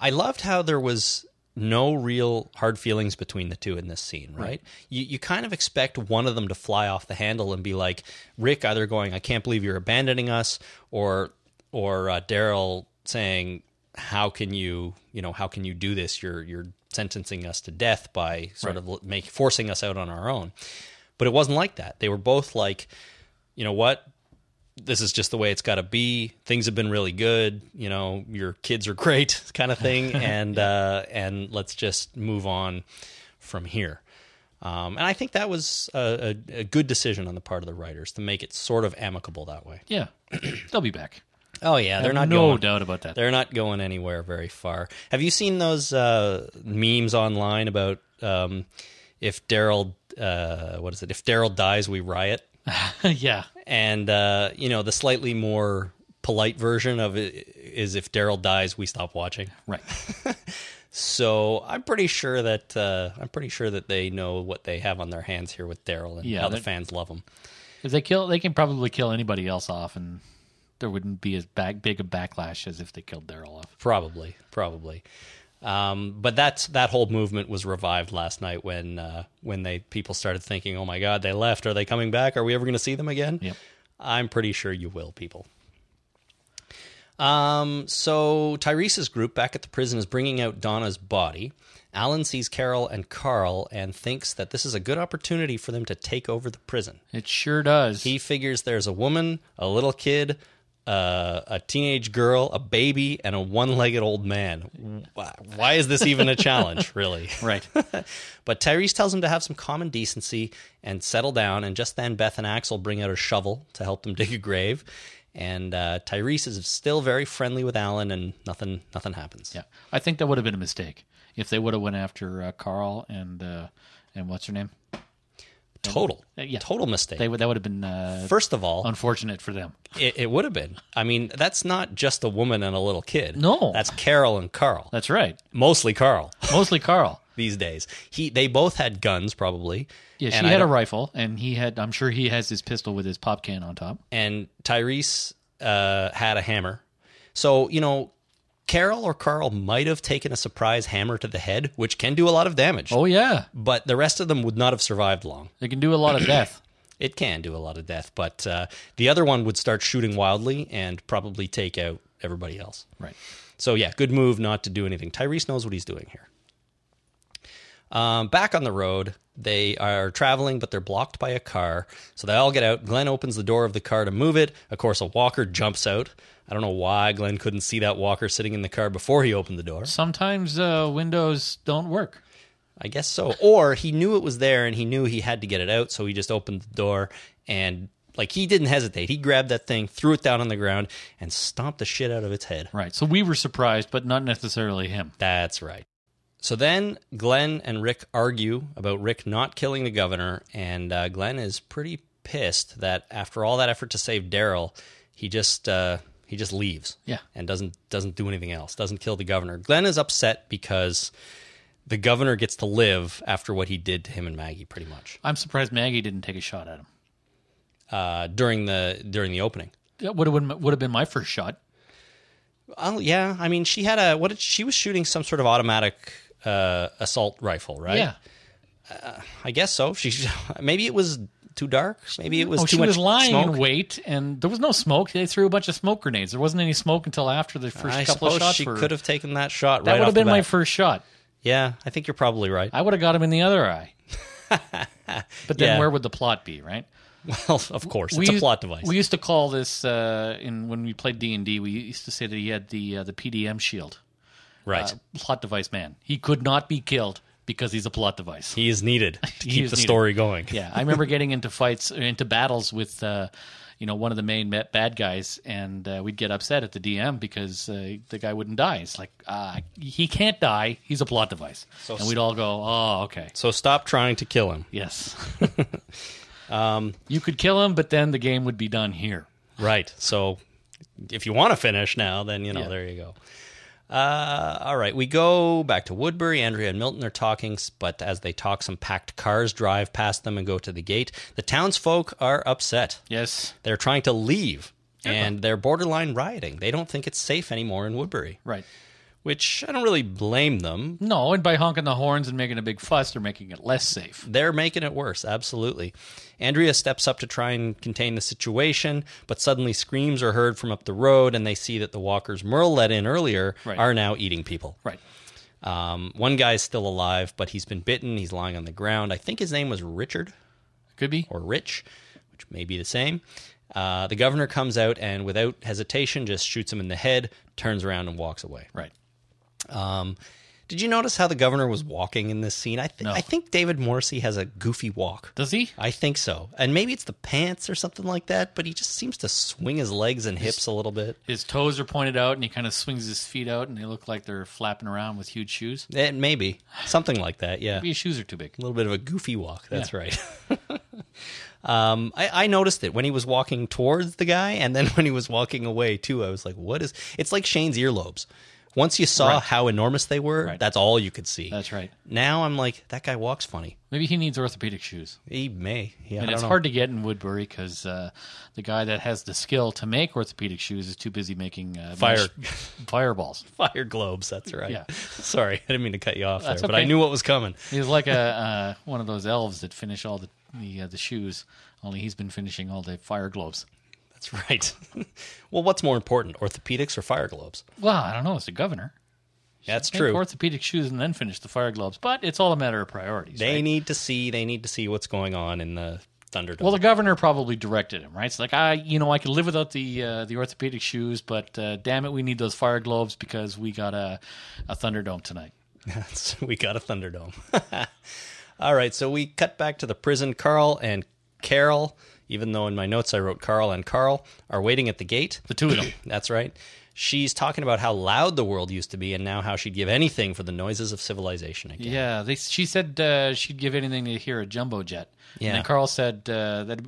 I loved how there was no real hard feelings between the two in this scene, right? You, you kind of expect one of them to fly off the handle and be like, Rick either going, I can't believe you're abandoning us, or, or uh, Daryl saying, how can you, you know, how can you do this? You're, you're sentencing us to death by sort of make, forcing us out on our own. But it wasn't like that. They were both like, you know what? this is just the way it's got to be. Things have been really good, you know. Your kids are great, kind of thing, and uh, and let's just move on from here. Um, and I think that was a, a, a good decision on the part of the writers to make it sort of amicable that way.
Yeah, they'll be back.
Oh yeah, they're not
no
going,
doubt about that.
They're not going anywhere very far. Have you seen those uh, memes online about um, if Daryl, uh, what is it? If Daryl dies, we riot
yeah,
and uh, you know the slightly more polite version of it is if Daryl dies, we stop watching.
right.
So I'm pretty sure that uh, I'm pretty sure that they know what they have on their hands here with Daryl and
Yeah,
how the
that-
fans love him.
If they kill, they can probably kill anybody else off, and there wouldn't be as back, big a backlash as if they killed Daryl off.
Probably, probably. Um, but that's that whole movement was revived last night when uh, when they people started thinking, "Oh my God, they left. Are they coming back? Are we ever going to see them again?"
Yep.
I'm pretty sure you will, people. Um, so Tyrese's group back at the prison is bringing out Donna's body. Alan sees Carol and Carl and thinks that this is a good opportunity for them to take over the prison.
It sure does.
He figures there's a woman, a little kid, uh, a teenage girl, a baby, and a one legged old man. Why, why is this even a challenge, really?
right.
But Tyrese tells him to have some common decency and settle down. And just then, Beth and Axel bring out a shovel to help them dig a grave. And uh, Tyrese is still very friendly with Alan, and nothing nothing happens.
Yeah, I think that would have been a mistake if they would have went after uh, Carl and uh, and what's her name.
Total,
Uh, yeah.
total mistake.
They would that would have been uh,
First of all,
unfortunate for them.
it, it would have been. I mean, that's not just a woman and a little kid.
No.
that's Carol and Carl.
That's right.
Mostly Carl.
Mostly Carl.
these days. He they both had guns probably.
Yeah, she
and I
had a
don't-
rifle, and he had. I'm sure he has his pistol with his pop can on top.
and Tyrese uh, had a hammer. So you know, Carol or Carl might have taken a surprise hammer to the head, which can do a lot of damage.
Oh yeah,
But the rest of them would not have survived long.
they can do a lot of death.
It can do a lot of death, but uh, the other one would start shooting wildly and probably take out everybody else.
Right.
So yeah, good move not to do anything. Tyrese knows what he's doing here. Um, back on the road, they are traveling, but they're blocked by a car. So they all get out. Glenn opens the door of the car to move it. Of course, a walker jumps out. I don't know why Glenn couldn't see that walker sitting in the car before he opened the door.
Sometimes uh, windows don't work.
I guess so. Or he knew it was there and he knew he had to get it out, so he just opened the door and like he didn't hesitate. He grabbed that thing, threw it down on the ground, and stomped the shit out of its head.
Right. So we were surprised, but not necessarily him.
That's right. So then Glenn and Rick argue about Rick not killing the governor, and uh, Glenn is pretty pissed that after all that effort to save Daryl, he just uh, he just leaves.
Yeah.
and doesn't doesn't do anything else. Doesn't kill the governor. Glenn is upset because the governor gets to live after what he did to him and Maggie, pretty much
I'm surprised Maggie didn't take a shot at him.
uh, during the during the opening.
That would have would have been my first shot.
Oh yeah, I mean she had a what? Did, she was shooting some sort of automatic uh, assault rifle, right?
Yeah.
I guess so. She maybe it was too dark. Maybe it was
Oh,
too
she
much
was lying in
smoke.
wait, and there was no smoke. They threw a bunch of smoke grenades. There wasn't any smoke until after the first
I
couple of
suppose
shots.
she
were-
could have taken that shot.
That
right
would
off
have been
the
my
bat.
first shot.
Yeah, I think you're probably right.
I would have got him in the other eye. but then,
Yeah.
where would the plot be? Right?
well, of course, it's a
used-
plot device.
We used to call this uh, in when we played D anD D. We used to say that he had the uh, the PDM shield,
right.
uh, plot device man. He could not be killed because he's a plot device.
he is needed to
He
keep
is
the
needed.
story going.
yeah, I remember getting into fights, into battles with, uh, you know, one of the main ma- bad guys, and uh, we'd get upset at the DM because uh, the guy wouldn't die. It's like uh, he can't die; he's a plot device, and we'd all go, "Oh, okay,
So stop trying to kill him.
yes." um,
Um,
you could kill him, but then the game would be done here.
Right. So if you want to finish now, then you know, there you go. Uh, all right, we go back to Woodbury. Andrea and Milton are talking, s- but as they talk, some packed cars drive past them and go to the gate. The townsfolk are upset.
Yes,
They're trying to leave and they're borderline rioting. They don't think it's safe anymore in Woodbury,
right.
which I don't really blame them.
No, and by honking the horns and making a big fuss, they're making it less safe.
They're making it worse, absolutely. Andrea steps up to try and contain the situation, but suddenly screams are heard from up the road, and they see that the walkers Merle let in earlier
Right.
are now eating people.
Right.
Um, one guy's still alive, but he's been bitten. He's lying on the ground. I think his name was Richard.
Could be.
or rich, which may be the same. Uh, the governor comes out and, without hesitation, just shoots him in the head, turns around, and walks away.
Right.
Did you notice how the governor was walking in this scene? I, th- I think David Morrissey has a goofy walk.
Does he?
I think so. And maybe it's the pants or something like that, but he just seems to swing his legs and hips a little bit.
His toes are pointed out, and he kind of swings his feet out, and they look like they're flapping around with huge shoes.
It, Eh, maybe. Something like that, yeah.
Maybe his shoes are too big.
A little bit of a goofy walk. That's right. um, I, I noticed it when he was walking towards the guy, and then when he was walking away too. I was like, "What is?" It's like Shane's earlobes, Once you saw how enormous they were,
Right.
that's all you could see.
That's right.
Now I'm like, that guy walks funny.
Maybe he needs orthopedic shoes.
He may. Yeah, I
And
don't
it's
know.
hard to get in Woodbury because uh, the guy that has the skill to make orthopedic shoes is too busy making uh,
Fire.
mesh- fireballs.
Fire globes. That's right.
Yeah.
Sorry, I didn't mean to cut you off
That's
there, but I
okay.
knew what was coming.
He's like a uh, one of those elves that finish all the the, uh, the shoes. Only he's been finishing all the fire globes.
That's right. well, what's more important, orthopedics or fire globes?
Well, I don't know. It's the governor.
That's
Make
true.
Orthopedic shoes and then finish the fire globes, but it's all a matter of priorities.
they
right?
need to see. They need to see what's going on in the Thunderdome.
Well, the governor probably directed him, right? It's like I, you know, I could live without the uh, the orthopedic shoes, but uh, damn it, we need those fire globes because we got a a thunderdome tonight.
That's- we got a Thunderdome. All right, so we cut back to the prison. Carl and Carol, even though in my notes I wrote Carl and Carl, are waiting at the gate.
The two of them.
That's right. She's talking about how loud the world used to be and now how she'd give anything for the noises of civilization again.
Yeah, they, she said uh, she'd give anything to hear a jumbo jet.
Yeah.
And then Carl said uh, that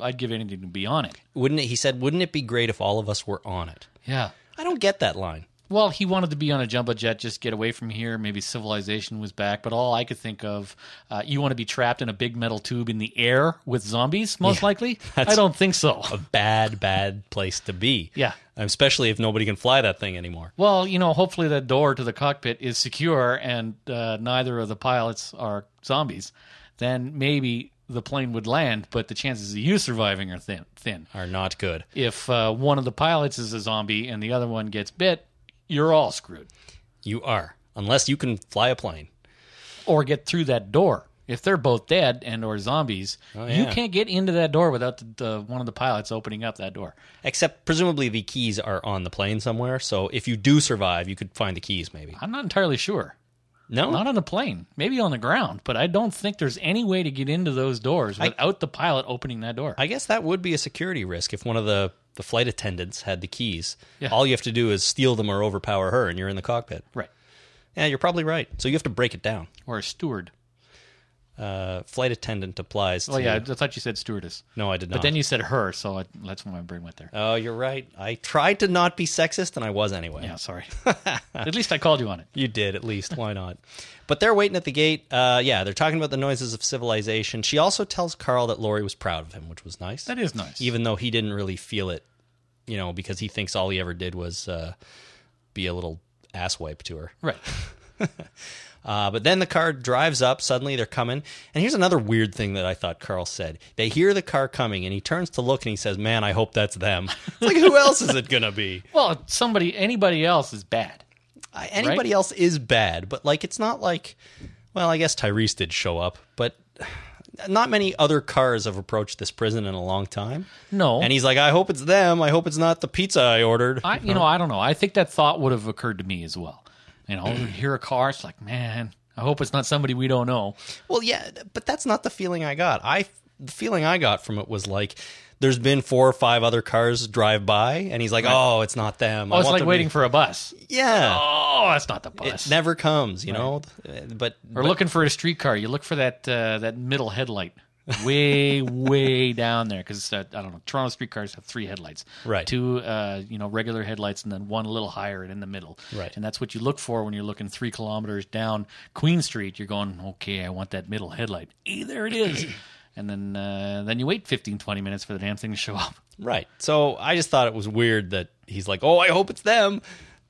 I'd give anything to be on it.
Wouldn't it, he said, wouldn't it be great if all of us were on it?
Yeah.
I don't get that line.
Well, he wanted to be on a jumbo jet, just get away from here. Maybe civilization was back, but all I could think of, uh, you want to be trapped in a big metal tube in the air with zombies, most likely. I don't think so.
Bad, bad place to be.
Yeah.
Especially if nobody can fly that thing anymore.
Well, you know, hopefully that door to the cockpit is secure, and uh, neither of the pilots are zombies. Then maybe the plane would land, but the chances of you surviving are thin. Thin.
Are not good.
If uh, one of the pilots is a zombie and the other one gets bit, you're all screwed.
You are. Unless you can fly a plane.
or get through that door. If they're both dead and or zombies, you
Oh, yeah.
can't get into that door without the, the, one of the pilots opening up that door.
Except presumably the keys are on the plane somewhere. So if you do survive, you could find the keys maybe.
I'm not entirely sure.
No,
Not on a plane, maybe on the ground, but I don't think there's any way to get into those doors without the pilot opening that door.
I guess that would be a security risk if one of the the flight attendants had the keys.
Yeah.
All you have to do is steal them or overpower her, and you're in the cockpit.
right.
Yeah, you're probably right. So you have to break it down.
Or a steward.
Uh, flight attendant applies.
Oh,
to,
yeah. I thought you said stewardess.
No, I did not.
But then you said her, so I, that's when my brain went there.
Oh, you're right. I tried to not be sexist, and I was anyway.
yeah, sorry. At least I called you on it.
You did, at least. Why not? But they're waiting at the gate. Uh, yeah, they're talking about the noises of civilization. She also tells Carl that Lori was proud of him, which was nice.
That is nice.
even though he didn't really feel it, you know, because he thinks all he ever did was uh, be a little asswipe to her.
right.
Uh, but then the car drives up. Suddenly they're coming. And here's another weird thing that I thought Carl said. They hear the car coming, and he turns to look and he says, Man, I hope that's them. It's like, who else is it going to be?
Well, somebody, anybody else is bad.
I- Anybody else is bad, but like, it's not like, well, I guess Tyrese did show up, but not many other cars have approached this prison in a long time.
No.
And he's like, I hope it's them. I hope it's not the pizza I ordered.
I, you know, I don't know. I think that thought would have occurred to me as well. You know, you hear a car, it's like, man, I hope it's not somebody we don't know.
Well, yeah, th- but that's not the feeling I got. I the feeling I got from it was like there's been four or five other cars drive by, and he's like, "Oh, it's not them."
Oh, it's
want
like
them
waiting
To-
for a bus.
yeah,
Oh, that's not the bus.
it never comes, you know. Uh, But
or looking for a streetcar. You look for that uh, that middle headlight, way way down there, because uh, I don't know. Toronto streetcars have three headlights,
Right.
Two, uh, you know, regular headlights, and then one a little higher and in the middle,
Right.
And that's what you look for when you're looking three kilometers down Queen Street. You're going, okay, I want that middle headlight. Eh, there it is. And then, uh, then you wait 15, 20 minutes for the damn thing to show up.
right, so I just thought it was weird that he's like, "Oh, I hope it's them,"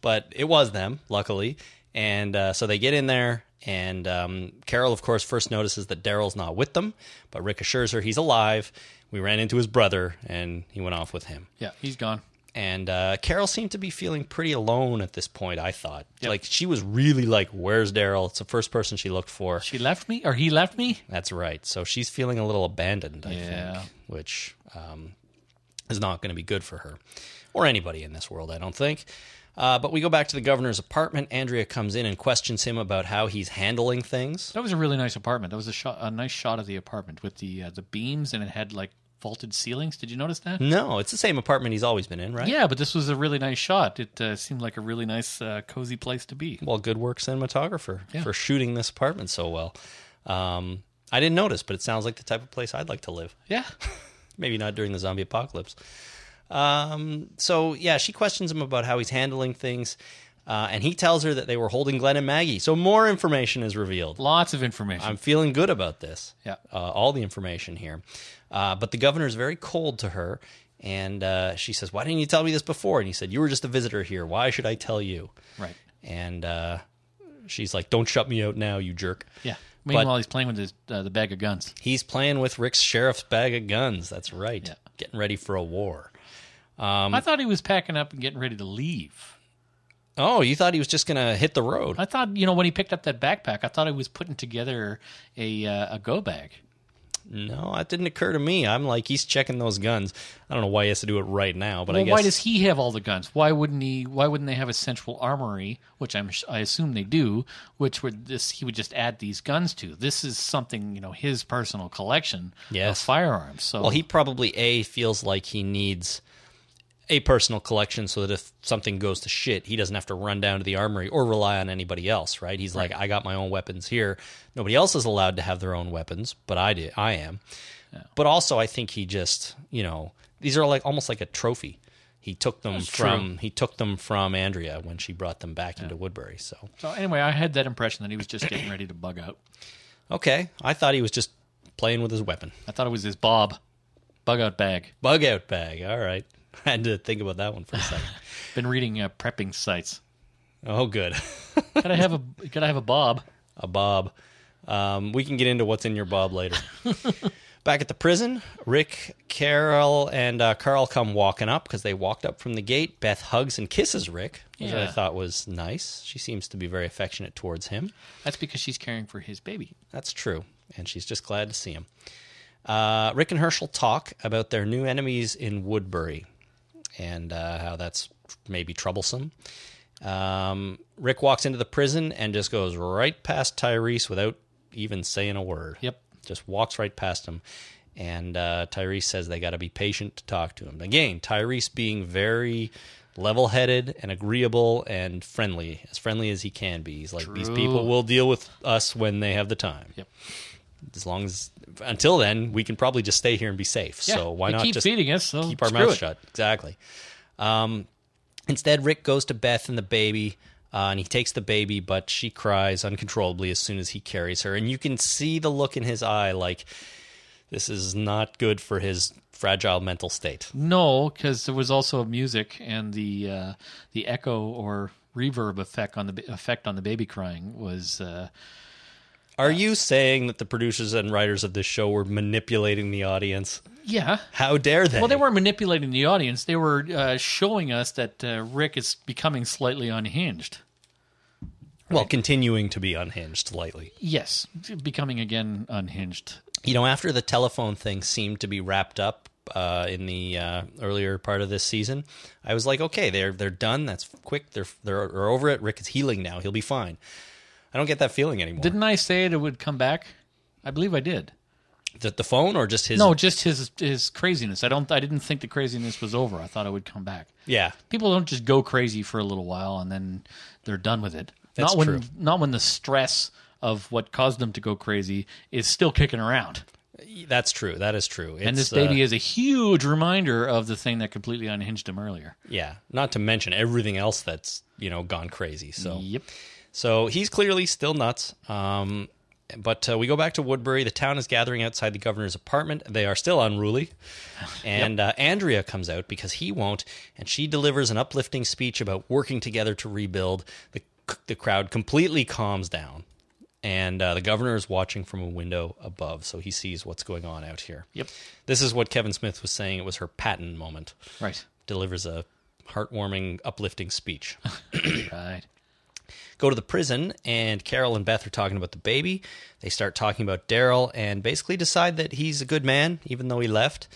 but it was them, luckily. And uh, so they get in there, and um, Carol, of course, first notices that Daryl's not with them, but Rick assures her he's alive. We ran into his brother, and he went off with him.
Yeah, he's gone.
and uh, Carol seemed to be feeling pretty alone at this point. I thought, like, she was really like, "Where's Daryl?" It's the first person she looked for.
She left me, or he left me.
That's right. So she's feeling a little abandoned. I
Yeah.
think, which um, is not going to be good for her or anybody in this world. I don't think. Uh, but we go back to the governor's apartment. Andrea comes in and questions him about how he's handling things.
That was a really nice apartment. That was a shot, a nice shot of the apartment with the uh, the beams, and it had like vaulted ceilings. Did you notice that?
No, it's the same apartment he's always been in, right?
Yeah, but this was a really nice shot. It uh, seemed like a really nice, uh, cozy place to be.
well, good work cinematographer for shooting this apartment so well. Um, I didn't notice, but it sounds like the type of place I'd like to live.
Yeah,
Maybe not during the zombie apocalypse. Um, so yeah, she questions him about how he's handling things. Uh, and he tells her that they were holding Glenn and Maggie. So more information is revealed.
Lots of information.
I'm feeling good about this.
Yeah.
Uh, all the information here. Uh, but the governor is very cold to her. And uh, she says, Why didn't you tell me this before? And he said, You were just a visitor here. Why should I tell you?
right.
And uh, she's like, Don't shut me out now, you jerk.
Yeah. Meanwhile, he's playing with his, uh, the bag of guns.
He's playing with Rick's sheriff's bag of guns. That's right.
Yeah.
Getting ready for a war.
I thought he was packing up and getting ready to leave.
Oh, you thought he was just going to hit the road.
I thought, you know, when he picked up that backpack, I thought he was putting together a uh, a go bag.
No, that didn't occur to me. I'm like, he's checking those guns. I don't know why he has to do it right now, but I
Well,
guess.
why does he have all the guns? Why wouldn't he? Why wouldn't they have a central armory, which I'm I assume they do, which would this he would just add these guns to. This is something you know his personal collection
Yes.
of firearms. So
Well, he probably a feels like he needs a personal collection so that if something goes to shit, he doesn't have to run down to the armory or rely on anybody else, right? He's like, I got my own weapons here. Nobody else is allowed to have their own weapons, but I do. I am. But also, I think he just, you know, these are like almost like a trophy. He took them from he took them from Andrea when she brought them back into Woodbury. So
so anyway, I had that impression that he was just getting ready to bug out.
okay, I thought he was just playing with his weapon.
I thought it was his Bob bug out bag.
Bug out bag. All right, I had to think about that one for a second.
Been reading uh, prepping sites.
oh, good.
Gotta have a gotta have a Bob.
a bob. Um, we can get into what's in your bob later. Back at the prison, Rick, Carol, and uh, Carl come walking up because they walked up from the gate. Beth hugs and kisses Rick, which I
Yeah.
thought was nice. She seems to be very affectionate towards him.
That's because she's caring for his baby.
That's true, and she's just glad to see him. Uh, Rick and Herschel talk about their new enemies in Woodbury and uh, how that's maybe troublesome. Um, Rick walks into the prison and just goes right past Tyrese without even saying a word.
Yep.
Just walks right past him. And uh, Tyrese says they got to be patient to talk to him. Again, Tyrese being very level headed and agreeable and friendly, as friendly as he can be. He's like, these people will deal with us when they have the time.
Yep.
As long as, until then, we can probably just stay here and be safe.
Yeah,
so why
they
not
keep
just
feeding us? So
keep our
screw
mouth
it.
shut. Exactly. Um, instead, Rick goes to Beth and the baby, uh, and he takes the baby, but she cries uncontrollably as soon as he carries her. And you can see the look in his eye like, this is not good for his fragile mental state.
No, because there was also music and the uh, the echo or reverb effect on the ba- effect on the baby crying was uh,
Are you saying that the producers and writers of this show were manipulating the audience?
yeah.
How dare they?
Well, they weren't manipulating the audience; they were uh, showing us that uh, Rick is becoming slightly unhinged.
Well, continuing to be unhinged slightly.
Yes, becoming again unhinged.
you know, after the telephone thing seemed to be wrapped up uh, in the uh, earlier part of this season, I was like, okay, they're they're done. That's quick. They're they're, they're over it. Rick is healing now. He'll be fine. I don't get that feeling anymore.
Didn't I say it would come back? I believe I did.
the, the phone or just his?
No, just his his craziness. I don't. I didn't think the craziness was over. I thought it would come back.
Yeah.
people don't just go crazy for a little while and then they're done with it.
That's
not when
true.
not when the stress of what caused them to go crazy is still kicking around.
That's true. That is true. It's,
And this baby
uh,
is a huge reminder of the thing that completely unhinged him earlier.
yeah. Not to mention everything else that's you know gone crazy. So
Yep.
So he's clearly still nuts. Um, but uh, we go back to Woodbury. The town is gathering outside the governor's apartment. They are still unruly. And uh, Andrea comes out because he won't, and she delivers an uplifting speech about working together to rebuild. The, the crowd completely calms down, and uh, the governor is watching from a window above, so he sees what's going on out here.
Yep.
This is what Kevin Smith was saying. It was her patent moment.
Right.
Delivers a heartwarming, uplifting speech
Right.
go to the prison, and Carol and Beth are talking about the baby. They start talking about Daryl and basically decide that he's a good man, even though he left.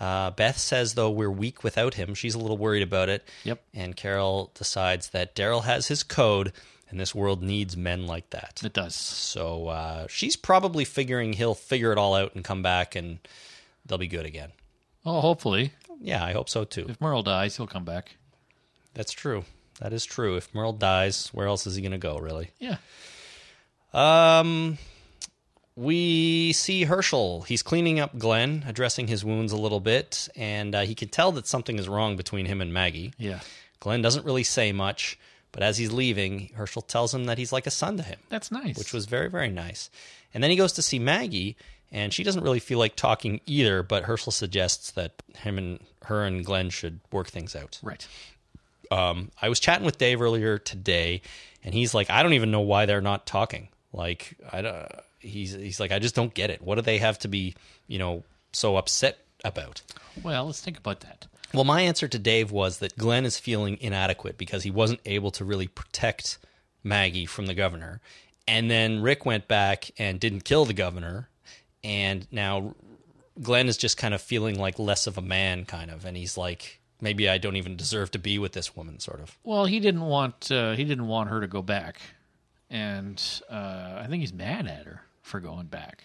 Uh, Beth says, though, we're weak without him. She's a little worried about it.
Yep.
And Carol decides that Daryl has his code, and this world needs men like that.
It does.
So uh, she's probably figuring he'll figure it all out and come back, and they'll be good again.
Oh, hopefully,
Yeah, I hope so too.
if Merle dies, he'll come back.
That's true. That is true. If Merle dies, where else is he going to go, really?
Yeah.
Um, we see Herschel. He's cleaning up Glenn, addressing his wounds a little bit, and uh, he can tell that something is wrong between him and Maggie.
Yeah.
Glenn doesn't really say much, But as he's leaving, Herschel tells him that he's like a son to him,
That's nice.
which was very, very nice. And then he goes to see Maggie, and she doesn't really feel like talking either, but Herschel suggests that him and her and Glenn should work things out.
right.
Um, I was chatting with Dave earlier today, and he's like, I don't even know why they're not talking. Like, I don't. He's he's like, I just don't get it. What do they have to be, you know, so upset about?
Well, let's think about that.
Well, my answer to Dave was that Glenn is feeling inadequate because he wasn't able to really protect Maggie from the governor. And then Rick went back and didn't kill the governor. And now Glenn is just kind of feeling like less of a man, kind of. And he's like, maybe I don't even deserve to be with this woman, sort of.
Well, he didn't want uh, he didn't want her to go back, and uh, I think he's mad at her for going back,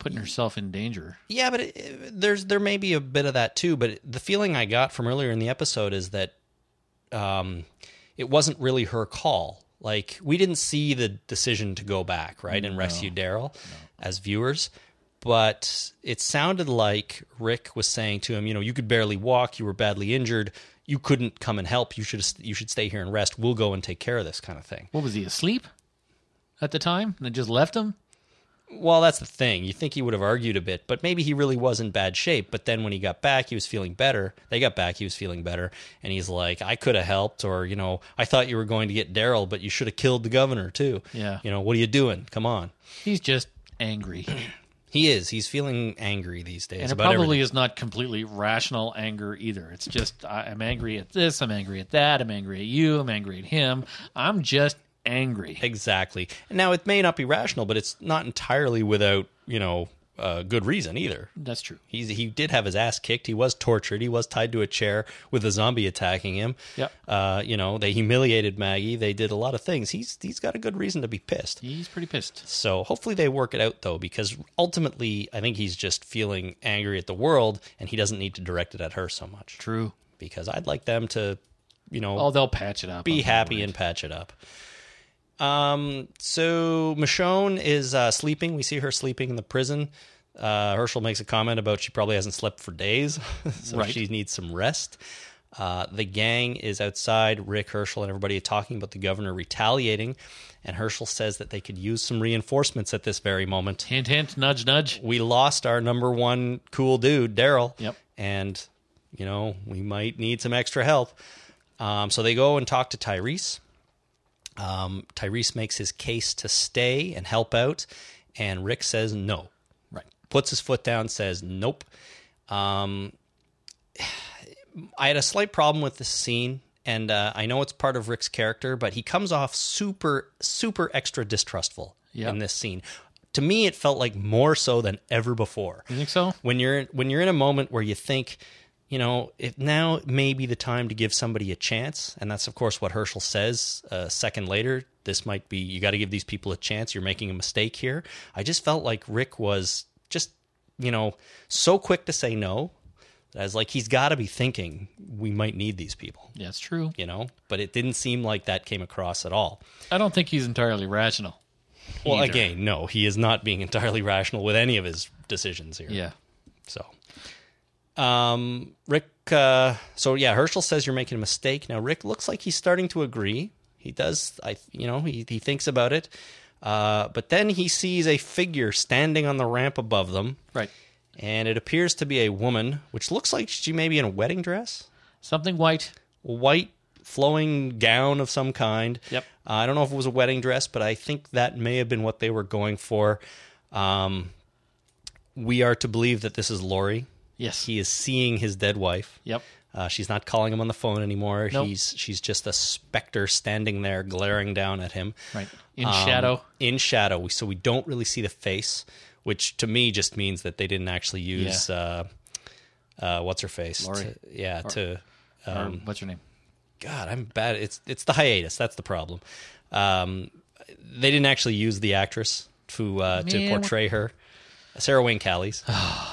putting herself in danger.
Yeah, but it- it, there's there may be a bit of that too. But the feeling I got from earlier in the episode is that um, it wasn't really her call. Like we didn't see the decision to go back right and rescue Daryl as viewers, but it sounded like Rick was saying to him, you know, you could barely walk, you were badly injured, you couldn't come and help. You should you should stay here and rest. We'll go and take care of this kind of thing.
What was he asleep at the time, and they just left him?
Well, that's the thing. You think he would have argued a bit, but maybe he really was in bad shape. But then when he got back, he was feeling better. They got back, he was feeling better. And he's like, I could have helped, or, you know, I thought you were going to get Daryl, but you should have killed the governor, too.
Yeah.
You know, what are you doing? Come on.
He's just angry,
He is. He's feeling angry these days.
and it
about
probably
everything.
is not completely rational anger either. It's just I, I'm angry at this, I'm angry at that, I'm angry at you, I'm angry at him. I'm just angry.
Exactly. Now, it may not be rational, but it's not entirely without, you know, uh, good reason either.
That's true.
He's, he did have his ass kicked. He was tortured. He was tied to a chair with a zombie attacking him.
Yep.
Uh, you know, they humiliated Maggie. They did a lot of things. He's he's got a good reason to be pissed.
He's pretty pissed.
So hopefully they work it out though, because ultimately I think he's just feeling angry at the world, and he doesn't need to direct it at her so much.
True.
Because I'd like them to, you know,
Oh, they'll patch it up.
be
I'm
happy
worried.
and patch it up. Um, so Michonne is uh, sleeping. We see her sleeping in the prison. Uh, Herschel makes a comment about she probably hasn't slept for days, so
Right.
she needs some rest. Uh, the gang is outside. Rick, Herschel, and everybody are talking about the governor retaliating, and Herschel says that they could use some reinforcements at this very moment.
Hint, hint, nudge, nudge.
We lost our number one cool dude, Daryl.
Yep.
And, you know, we might need some extra help. Um, so they go and talk to Tyrese. Um, Tyrese makes his case to stay and help out. And Rick says no.
Right.
Puts his foot down, says nope. Um, I had a slight problem with this scene. And uh, I know it's part of Rick's character, but he comes off super, super extra distrustful
Yeah.
in this scene. To me, it felt like more so than ever before
You think so?
when you're in, when you're in a moment where you think you know if now may be the time to give somebody a chance and that's of course what herschel says a second later this might be you got to give these people a chance you're making a mistake here i just felt like rick was just you know so quick to say no that i was like he's got to be thinking we might need these people
Yeah, it's true.
you know but it didn't seem like that came across at all
I don't think he's entirely rational.
well
Either.
again no he is not being entirely rational with any of his decisions here
Yeah.
So, um, Rick, uh, so yeah, Herschel says you're making a mistake. Now, Rick looks like he's starting to agree. He does, I, you know, he, he thinks about it. Uh, but then he sees a figure standing on the ramp above them,
Right.
and it appears to be a woman, which looks like she may be in a wedding dress,
Something white.
white flowing gown of some kind.
Yep.
Uh, I don't know if it was a wedding dress, but I think that may have been what they were going for. Um, we are to believe that this is Lori
Yes.
he is seeing his dead wife.
Yep.
Uh, she's not calling him on the phone anymore.
Nope.
He's she's just a specter standing there, glaring down at him.
Right. In
Um,
shadow.
In shadow. We- So we don't really see the face, which to me just means that they didn't actually use uh, uh, what's her face.
Lori.
to- yeah. to
or what's her name?
God, I'm bad. It's it's the hiatus. That's the problem. Um, they didn't actually use the actress to uh, to
Man,
portray her. Sarah Wayne Callies.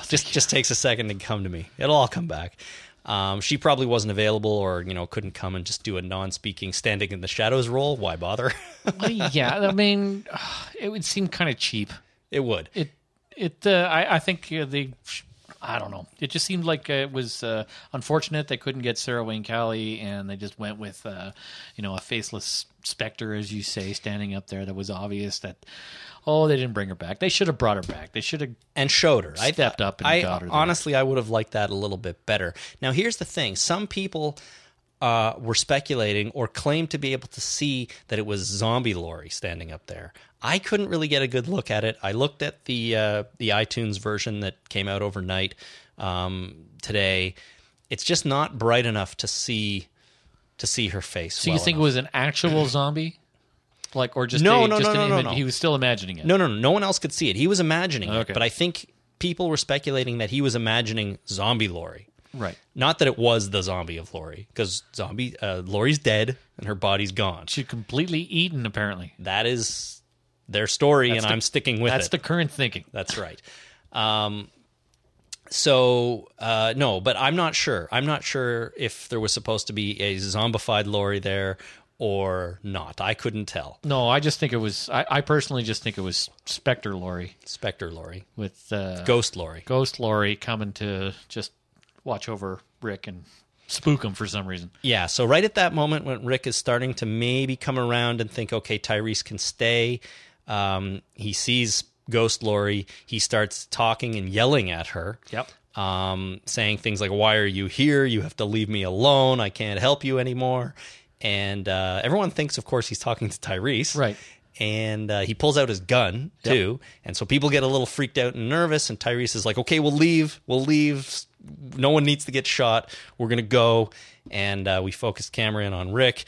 just just takes a second to come to me. It'll all come back. Um, she probably wasn't available, or you know, couldn't come and just do a non-speaking, standing in the shadows role. Why bother?
Well, yeah. I mean, it would seem kind of cheap.
it would.
It. It. Uh, I. I think uh, they sh- I don't know. It just seemed like it was uh, unfortunate they couldn't get Sarah Wayne Callie, and they just went with, uh, you know, a faceless specter, as you say, standing up there. That was obvious that, oh, they didn't bring her back. They should have brought her back. They should have
and showed her. I
Stepped up and
I,
got her there.
Honestly, I would have liked that a little bit better. Now, here's the thing: some people uh, were speculating or claimed to be able to see that it was Zombie Lori standing up there. I couldn't really get a good look at it. I looked at the uh, the iTunes version that came out overnight um, today. It's just not bright enough to see to see her face.
So you think it was an actual zombie? Like or just
No,
a,
no,
just
no,
an
no, no,
image-
no.
he was still imagining it.
No, no, no. No one else could see it. He was imagining
Okay.
it, but I think people were speculating that he was imagining Zombie Lori.
Right.
Not that it was the zombie of Lori, because zombie uh, Lori's dead and her body's gone.
She completely eaten apparently.
That is their story, and
the-
I'm sticking with
That's
it.
the current thinking.
That's right. Um, so uh, no, but I'm not sure. I'm not sure if there was supposed to be a zombified Lori there or not. I couldn't tell.
No, I just think it was I, I personally just think it was Spectre Lori
Spectre Lori,
with uh,
Ghost Lori.
Ghost Lori coming to just watch over Rick and spook him for some reason.
Yeah, so right at that moment when Rick is starting to maybe come around and think, okay, Tyrese can stay, um, he sees Ghost Lori. He starts talking and yelling at her.
Yep.
Um, saying things like, why are you here? You have to leave me alone. I can't help you anymore. And uh, everyone thinks, of course, he's talking to Tyrese.
Right.
And uh, he pulls out his gun too. And so people get a little freaked out and nervous. And Tyrese is like, okay, we'll leave. We'll leave. No one needs to get shot. We're going to go. And uh, we focus camera in on Rick.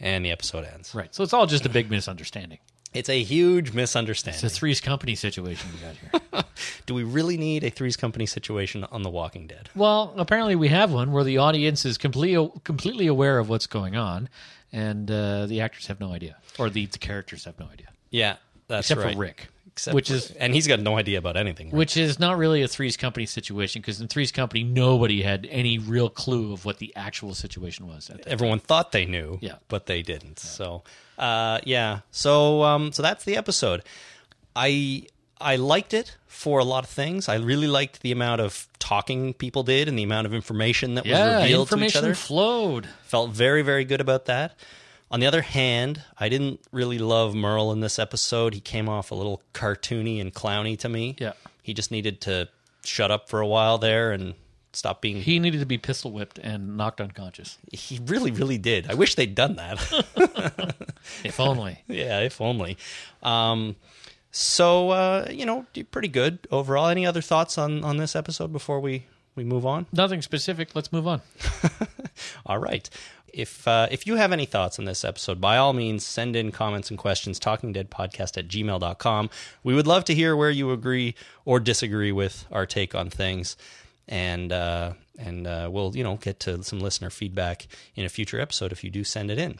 And the episode ends.
Right. So it's all just a big misunderstanding.
It's a huge
It's
misunderstanding.
a three's company situation we got here.
Do we really need a Three's Company situation on The Walking Dead?
well, apparently we have one where the audience is completely completely aware of what's going on, and uh, the actors have no idea, or the, the characters have no idea,
Yeah, that's
except
right.
for Rick,
Except
which
for-
is
and he's got no idea about anything. right?
which is not really a three's company situation because in three's company nobody had any real clue of what the actual situation was. At that.
Everyone thought they knew,
Yeah.
but they didn't. So, uh, yeah. So, um, so that's the episode. I I liked it for a lot of things. I really liked the amount of talking people did and the amount of information that was
Yeah,
revealed to each
information
other.
flowed.
Felt very, very good about that. On the other hand, I didn't really love Merle in this episode. He came off a little cartoony and clowny to me.
Yeah.
He just needed to shut up for a while there and stop being. He,
He needed to be pistol whipped and knocked unconscious.
really, really did. I wish they'd done that.
If only.
yeah, if only. Um, so, uh, you know, pretty good overall. Any other thoughts on, on this episode before we, we move on?
Nothing specific. Let's move on.
All right. If uh, if you have any thoughts on this episode, by all means, send in comments and questions, talkingdeadpodcast at gmail.com. We would love to hear where you agree or disagree with our take on things. And uh, and uh, we'll, you know, get to some listener feedback in a future episode if you do send it in.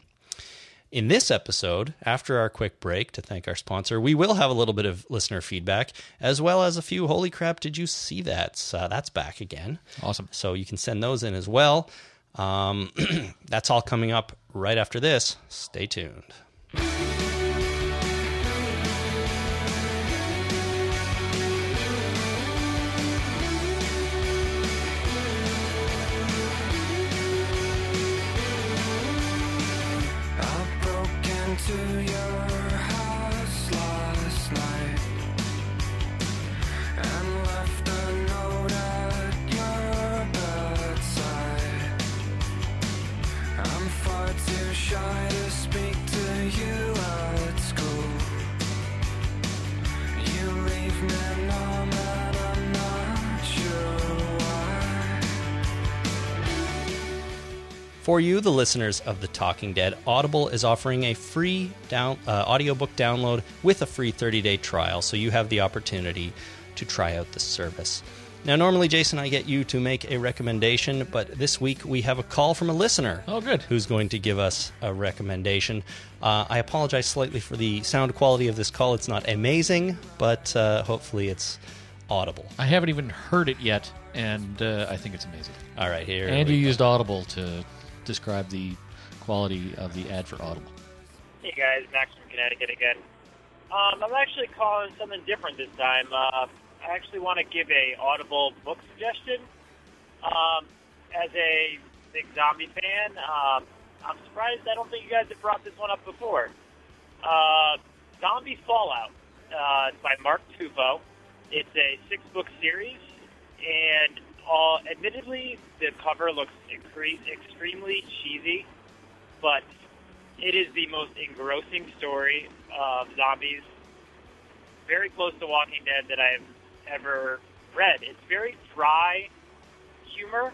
In this episode, after our quick break to thank our sponsor, we will have a little bit of listener feedback, as well as a few holy crap, did you see that? Uh, that's back again.
Awesome.
So you can send those in as well. Um, that's all coming up right after this. Stay tuned.
I broke into your house last night and left a note at your bedside. I'm far too shy to speak to you at school. You leave me numb and I'm not sure why.
For you, the listeners of The Talking Dead, Audible is offering a free down, uh, audiobook download with a free 30 day trial, so you have the opportunity to try out the service. Now, normally, Jason, I get you to make a recommendation, but this week we have a call from a listener.
Oh, good.
Who's going to give us a recommendation? Uh, I apologize slightly for the sound quality of this call. It's not amazing, but uh, hopefully it's audible.
I haven't even heard it yet, and uh, I think it's amazing.
All right, here.
and
we
you
go.
used Audible to describe the quality of the ad for Audible.
Hey guys, Max from Connecticut again. Um, I'm actually calling something different this time. Uh, I actually want to give a audible book suggestion. Um, as a big zombie fan, um, I'm surprised I don't think you guys have brought this one up before. Uh, zombie Fallout uh, by Mark Tuvo. It's a six-book series, and all, admittedly, the cover looks incre- extremely cheesy, but it is the most engrossing story of zombies very close to Walking Dead that I've ever read. It's very dry humor.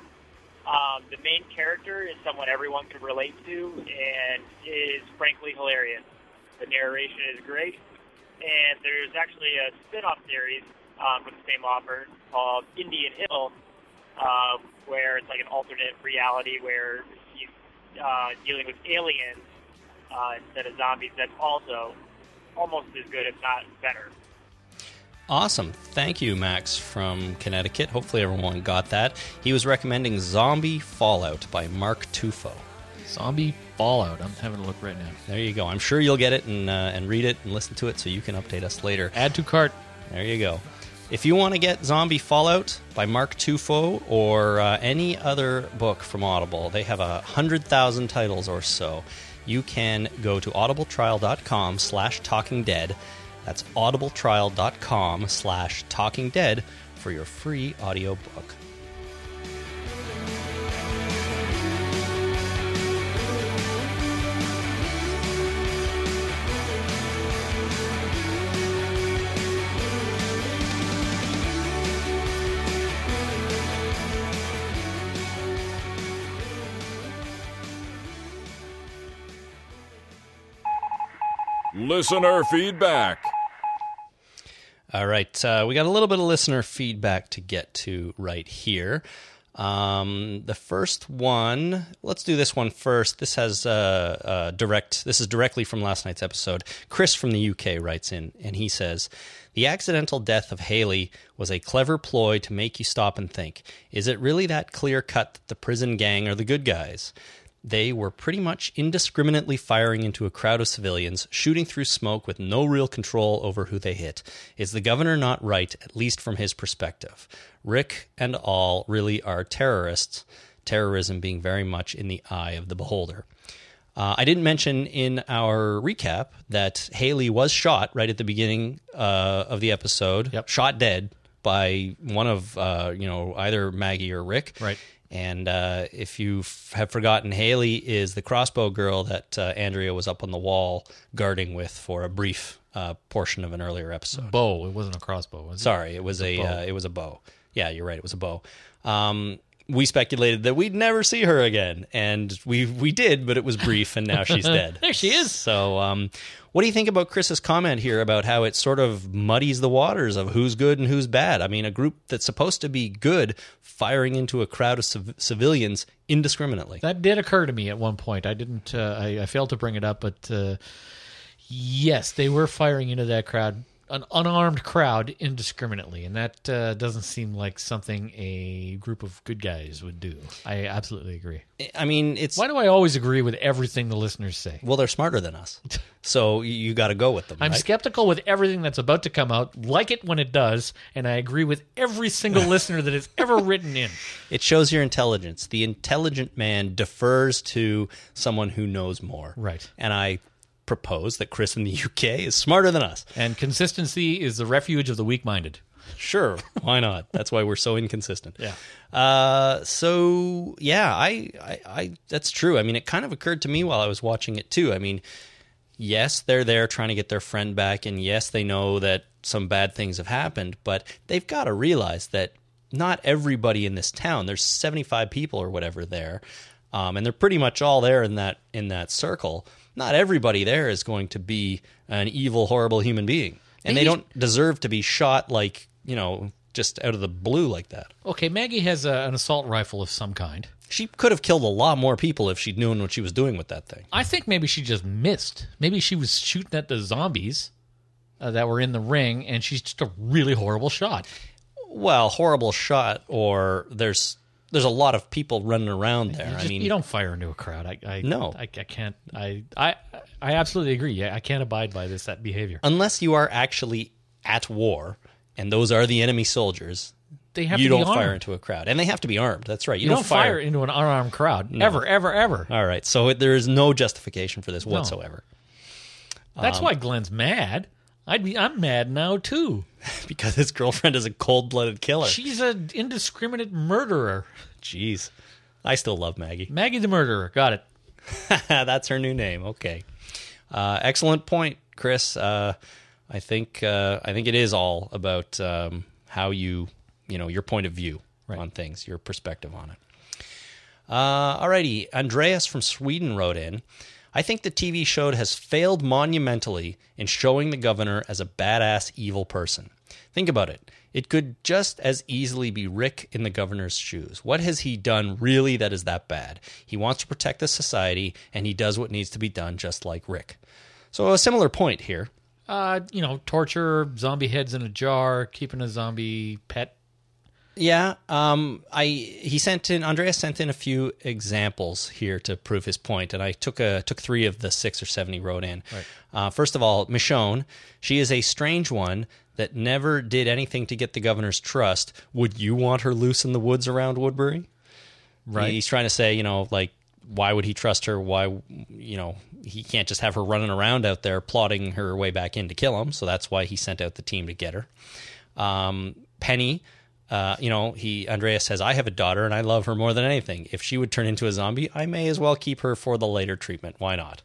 Um, the main character is someone everyone can relate to and is frankly hilarious. The narration is great, and there's actually a spin-off series um, from the same author called Indian Hill, uh, where it's like an alternate reality where he's uh, dealing with aliens uh, instead of zombies. That's also almost as good, if not better.
Awesome. Thank you, Max from Connecticut. Hopefully, everyone got that. He was recommending Zombie Fallout by Mark Tufo.
Zombie Fallout. I'm having a look right now.
There you go. I'm sure you'll get it and, uh, and read it and listen to it so you can update us later.
Add to cart.
There you go. If you want to get Zombie Fallout by Mark Tufo or uh, any other book from Audible, they have a hundred thousand titles or so. You can go to audibletrial.com slash talking dead. That's audibletrial.com slash talking dead for your free audiobook.
Listener feedback.
All right, uh, we got a little bit of listener feedback to get to right here. Um, the first one, let's do this one first. This has uh, uh, direct. This is directly from last night's episode. Chris from the UK writes in, and he says, "The accidental death of Haley was a clever ploy to make you stop and think. Is it really that clear cut that the prison gang are the good guys?" They were pretty much indiscriminately firing into a crowd of civilians, shooting through smoke with no real control over who they hit. Is the governor not right, at least from his perspective? Rick and all really are terrorists, terrorism being very much in the eye of the beholder. Uh, I didn't mention in our recap that Haley was shot right at the beginning uh, of the episode,
Yep.
shot dead by one of uh, you know either Maggie or Rick.
Right.
And uh, if you f- have forgotten, Haley is the crossbow girl that uh, Andrea was up on the wall guarding with for a brief uh, portion of an earlier episode.
Bow. It wasn't a crossbow, was it?
Sorry, it was a, uh, it was a bow. Yeah, you're right. It was a bow. Um, we speculated that we'd never see her again, and we we did, but it was brief, and now she's dead.
Uh, There she is.
So, um, what do you think about Chris's comment here about how it sort of muddies the waters of who's good and who's bad? I mean, a group that's supposed to be good firing into a crowd of civ- civilians indiscriminately.
That did occur to me at one point. I didn't. Uh, I, I failed to bring it up, but uh, yes, they were firing into that crowd, an unarmed crowd, indiscriminately, and that uh, doesn't seem like something a group of good guys would do. I absolutely agree.
I mean, it's
Why do I always agree with everything the listeners say?
well, they're smarter than us, so you- you got to go with them.
I'm
right?
skeptical with everything that's about to come out, like it when it does, and I agree with every single listener that has ever written in.
It shows your intelligence. The intelligent man defers to someone who knows more.
Right.
And I propose that Chris in the UK is smarter than us.
And consistency is the refuge of the weak minded.
Sure, why not? That's why we're so inconsistent.
Yeah.
Uh, so yeah, I, I, I, that's true. I mean, it kind of occurred to me while I was watching it too. I mean, yes, they're there trying to get their friend back, and yes, they know that some bad things have happened, but they've got to realize that not everybody in this town. There's 75 people or whatever there, um, and they're pretty much all there in that in that circle. Not everybody there is going to be an evil, horrible human being, and they
Maybe-
don't deserve to be shot like you know just out of the blue like that.
Okay, Maggie has a, an assault rifle of some kind.
She could have killed a lot more people if she'd known what she was doing with that thing.
I think maybe she just missed. Maybe she was shooting at the zombies uh, that were in the ring, and she's just a really horrible shot.
Well, horrible shot, or there's there's a lot of people running around there.
You,
I
just-
mean,
you don't fire into a crowd. I, I
No.
I, I can't. I, I I absolutely agree. Yeah, I can't abide by this that behavior.
unless you are actually at war and those are the enemy soldiers,
They have
you
to be
don't
armed.
fire into a crowd, and they have to be armed. That's right. You,
You don't fire into an unarmed crowd ever, ever, ever.
All right. So it, there is no justification for this whatsoever
That's why Glenn's mad. I'd be. I'm mad now too.
because his girlfriend is a cold-blooded killer.
She's an indiscriminate murderer.
Jeez, I still love Maggie.
Maggie the murderer. Got it.
That's her new name. Okay. Uh, excellent point, Chris. Uh, I think uh, I think it is all about um, how you you know your point of view on things, your perspective on it. Uh, alrighty, Andreas from Sweden wrote in. I think the TV show has failed monumentally in showing the governor as a badass evil person. Think about it. It could just as easily be Rick in the governor's shoes. What has he done really that is that bad? He wants to protect the society and he does what needs to be done just like Rick. So a similar point here.
Uh, you know, torture, zombie heads in a jar, keeping a zombie pet.
Yeah, um, I he sent in Andreas sent in a few examples here to prove his point, and I took a took three of the six or seven he wrote in. Uh, first of all, Michonne, she is a strange one that never did anything to get the governor's trust. Would you want her loose in the woods around Woodbury? Right. He's trying to say, you know, like why would he trust her? Why, you know, he can't just have her running around out there plotting her way back in to kill him. So that's why he sent out the team to get her um, Penny, uh, you know, he Andreas says, "I have a daughter and I love her more than anything. If she would turn into a zombie, I may as well keep her for the later treatment. Why not?"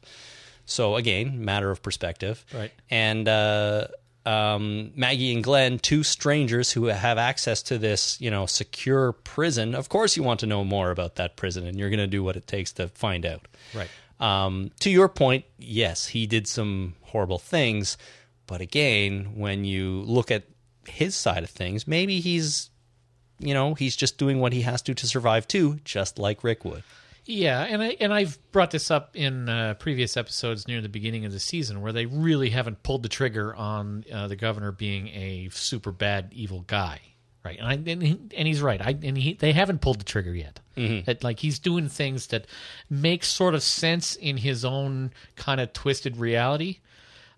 So again, matter of perspective,
Right.
And uh, um, Maggie and Glenn, two strangers who have access to this, you know, secure prison. Of course, you want to know more about that prison, and you're going to do what it takes to find out.
Right.
Um, to your point, yes, he did some horrible things, but again, when you look at his side of things, maybe he's, you know, he's just doing what he has to to survive too, just like Rick would.
Yeah, and I and I've brought this up in uh, previous episodes near the beginning of the season where they really haven't pulled the trigger on uh, the governor being a super bad evil guy, right? And I and, he, and he's right. I and he, they haven't pulled the trigger yet. That like he's doing things that make sort of sense in his own kind of twisted reality.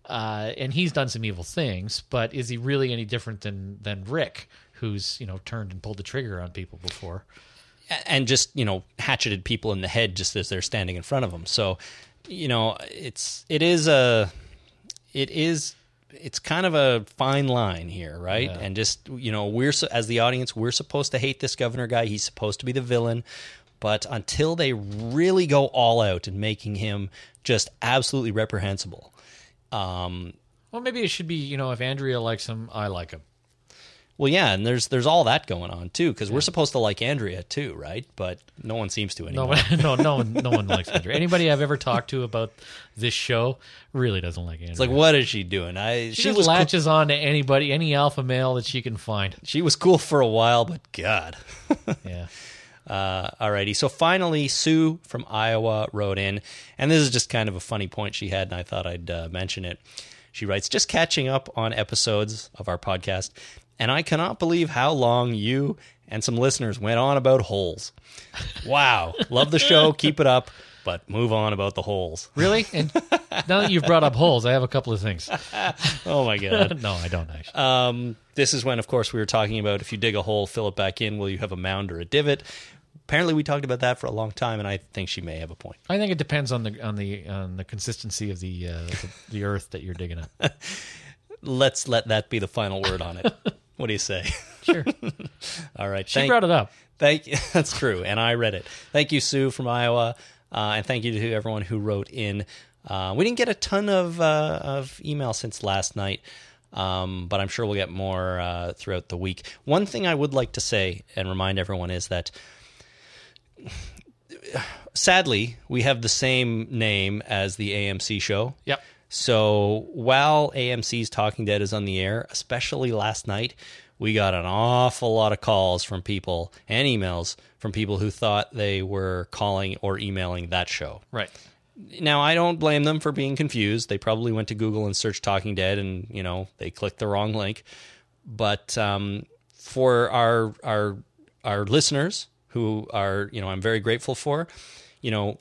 Uh, and he's done some evil things, but is he really any different than than Rick, who's you know turned and pulled the trigger on people before?
A- And just, you know, hatcheted people in the head just as they're standing in front of him. So, you know, it's, it is a, it is, it's kind of a fine line here, right? And just, you know, we're, su- as the audience, we're supposed to hate this governor guy. He's supposed to be the villain. But until they really go all out and making him just absolutely reprehensible, um,
Well, maybe it should be, you know, if Andrea likes him, I like him.
Well, yeah, and there's there's all that going on too, because we're supposed to like Andrea too, right? But no one seems to
No,
anymore.
one, no, no, one- no one likes Andrea. Anybody I've ever talked to about this show really doesn't like Andrea.
It's like, what is she doing? I
she,
she
just
was cool,
latches on to anybody, any alpha male that she can find.
she was cool for a while, but God.
Yeah,
Uh, alrighty, so finally, Sue from Iowa wrote in, and this is just kind of a funny point she had, and I thought I'd uh, mention it. She writes, just catching up on episodes of our podcast, and I cannot believe how long you and some listeners went on about holes. Wow, love the show, keep it up, but move on about the holes.
really. And now that you've brought up holes, I have a couple of things.
Oh my god.
No, I don't actually.
Um, this is when, of course, we were talking about if you dig a hole, fill it back in, will you have a mound or a divot? Apparently, we talked about that for a long time, and I think she may have a point.
I think it depends on the on the on the consistency of the uh, the, the earth that you're digging up.
Let's let that be the final word on it. what do you say?
Sure,
All right.
she
thank,
brought it up.
Thank you. That's true, and I read it. Thank you, Sue from Iowa, uh, and thank you to everyone who wrote in. Uh, we didn't get a ton of uh, of email since last night, um, but I'm sure we'll get more uh, throughout the week. One thing I would like to say and remind everyone is that. Sadly, we have the same name as the AMC show.
Yep.
So while AMC's Talking Dead is on the air, especially last night, we got an awful lot of calls from people and emails from people who thought they were calling or emailing that show.
Right.
Now, I don't blame them for being confused. They probably went to Google and searched Talking Dead and, you know, they clicked the wrong link. But um, for our our our listeners who are, you know, I'm very grateful for, you know,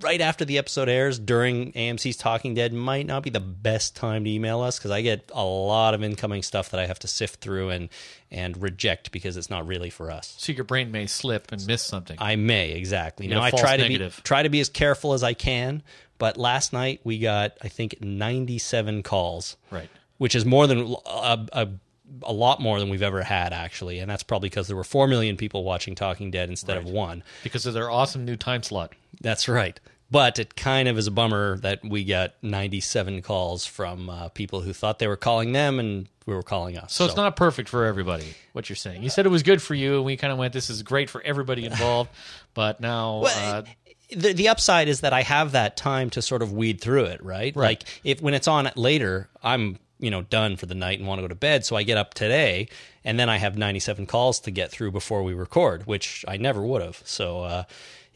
right after the episode airs during AMC's Talking Dead might not be the best time to email us because I get a lot of incoming stuff that I have to sift through and and reject because it's not really for us.
So your brain may slip and miss something.
I may exactly.
You
Now
know,
I
false
try to
negative.
be try to be as careful as I can. But last night we got I think 97 calls,
right.
which is more than a, a, a lot more than we've ever had actually, and that's probably because there were four million people watching Talking Dead instead of one.
Because of their awesome new time slot.
That's right. But it kind of is a bummer that we got 97 calls from uh, people who thought they were calling them and we were calling us.
So, it's not perfect for everybody, what you're saying. You said it was good for you, and we kind of went, this is great for everybody involved. but now,
Well,
uh,
the, the upside is that I have that time to sort of weed through it, right? Like if when it's on later, I'm you know done for the night and want to go to bed, so I get up today, and then I have 97 calls to get through before we record, which I never would have. So uh,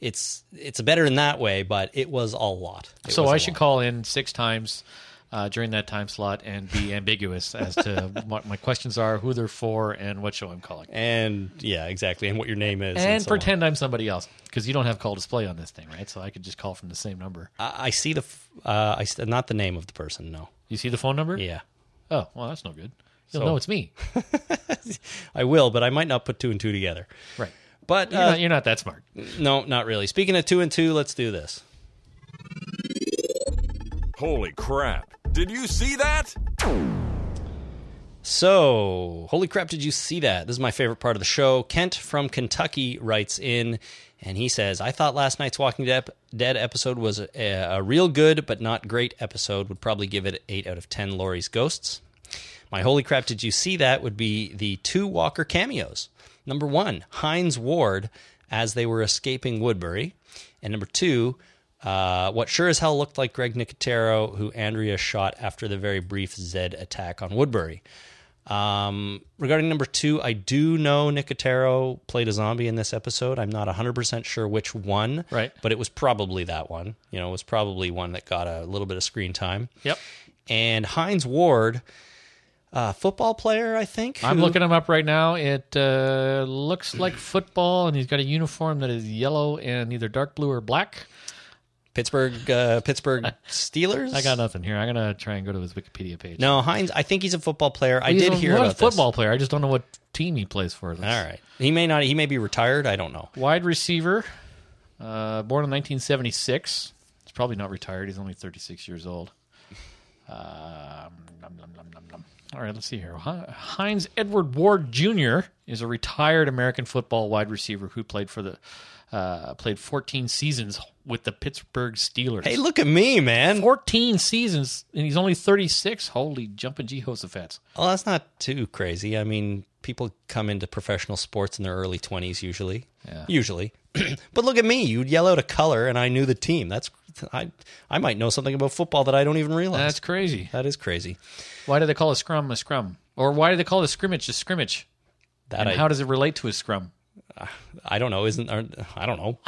it's it's better in that way, but it was a lot. It
so
was a
I should
lot.
call in six times uh, during that time slot and be ambiguous as to what my questions are, who they're for, and what show I'm calling.
and yeah, exactly, and what your name is,
and
so on.
pretend I'm somebody else because you don't have call display on this thing, right? So I could just call from the same number.
I, I see the f- uh, I s- not the name of the person. No,
You see the phone number?
yeah,
Oh, well, that's no good. You'll
So-
know it's me.
I will, but I might not put two and two together.
Right.
But
You're,
uh,
not, you're not that smart.
no, not really. Speaking of two and two, let's do this.
Holy crap. Did you see that?
So, holy crap, did you see that? This is my favorite part of the show. Kent from Kentucky writes in and he says, I thought last night's Walking Dead Dead episode was a, a real good but not great episode. Would probably give it 8 out of 10 Laurie's Ghosts. My holy crap, did you see that? Would be the two Walker cameos. Number one, Heinz Ward as they were escaping Woodbury. And number two, uh, what sure as hell looked like Greg Nicotero, who Andrea shot after the very brief Zed attack on Woodbury. Um, regarding number two, I do know Nicotero played a zombie in this episode. I'm not 100% sure which one,
Right.
but it was probably that one. You know, it was probably one that got a little bit of screen time.
Yep.
And Heinz Ward, uh, football player, I think.
I'm
who-
looking him up right now. It uh, looks like football, and he's got a uniform that is yellow and either dark blue or black.
Pittsburgh uh, Pittsburgh Steelers.
I got nothing here. I'm gonna try and go to his Wikipedia page.
No, Heinz. I think he's a football player. I
He's
did
a-
hear
what a
about
football player. I just don't know what team he plays for.
This. All right. He may not. He may be retired. I don't know.
Wide receiver, uh, born in 1976. He's probably not retired. He's only 36 years old. Um, nom, nom, nom, nom, nom. All right, let's see here. Hi- Heinz Edward Ward Jr. is a retired American football wide receiver who played for the uh, played 14 seasons with the Pittsburgh Steelers.
Hey, look at me, man.
14 seasons, and he's only 36. Holy jumping Jehoshaphat.
Well, that's not too crazy. I mean, people come into professional sports in their early twenties usually.
Yeah.
Usually, but look at me. You'd yell out a color, and I knew the team. That's I. I might know something about football that I don't even realize.
That's crazy.
that is crazy.
Why do they call a scrum a scrum? Or why do they call a scrimmage a scrimmage?
That
And
I,
how does it relate to a scrum?
I don't know. Isn't aren't- I don't know.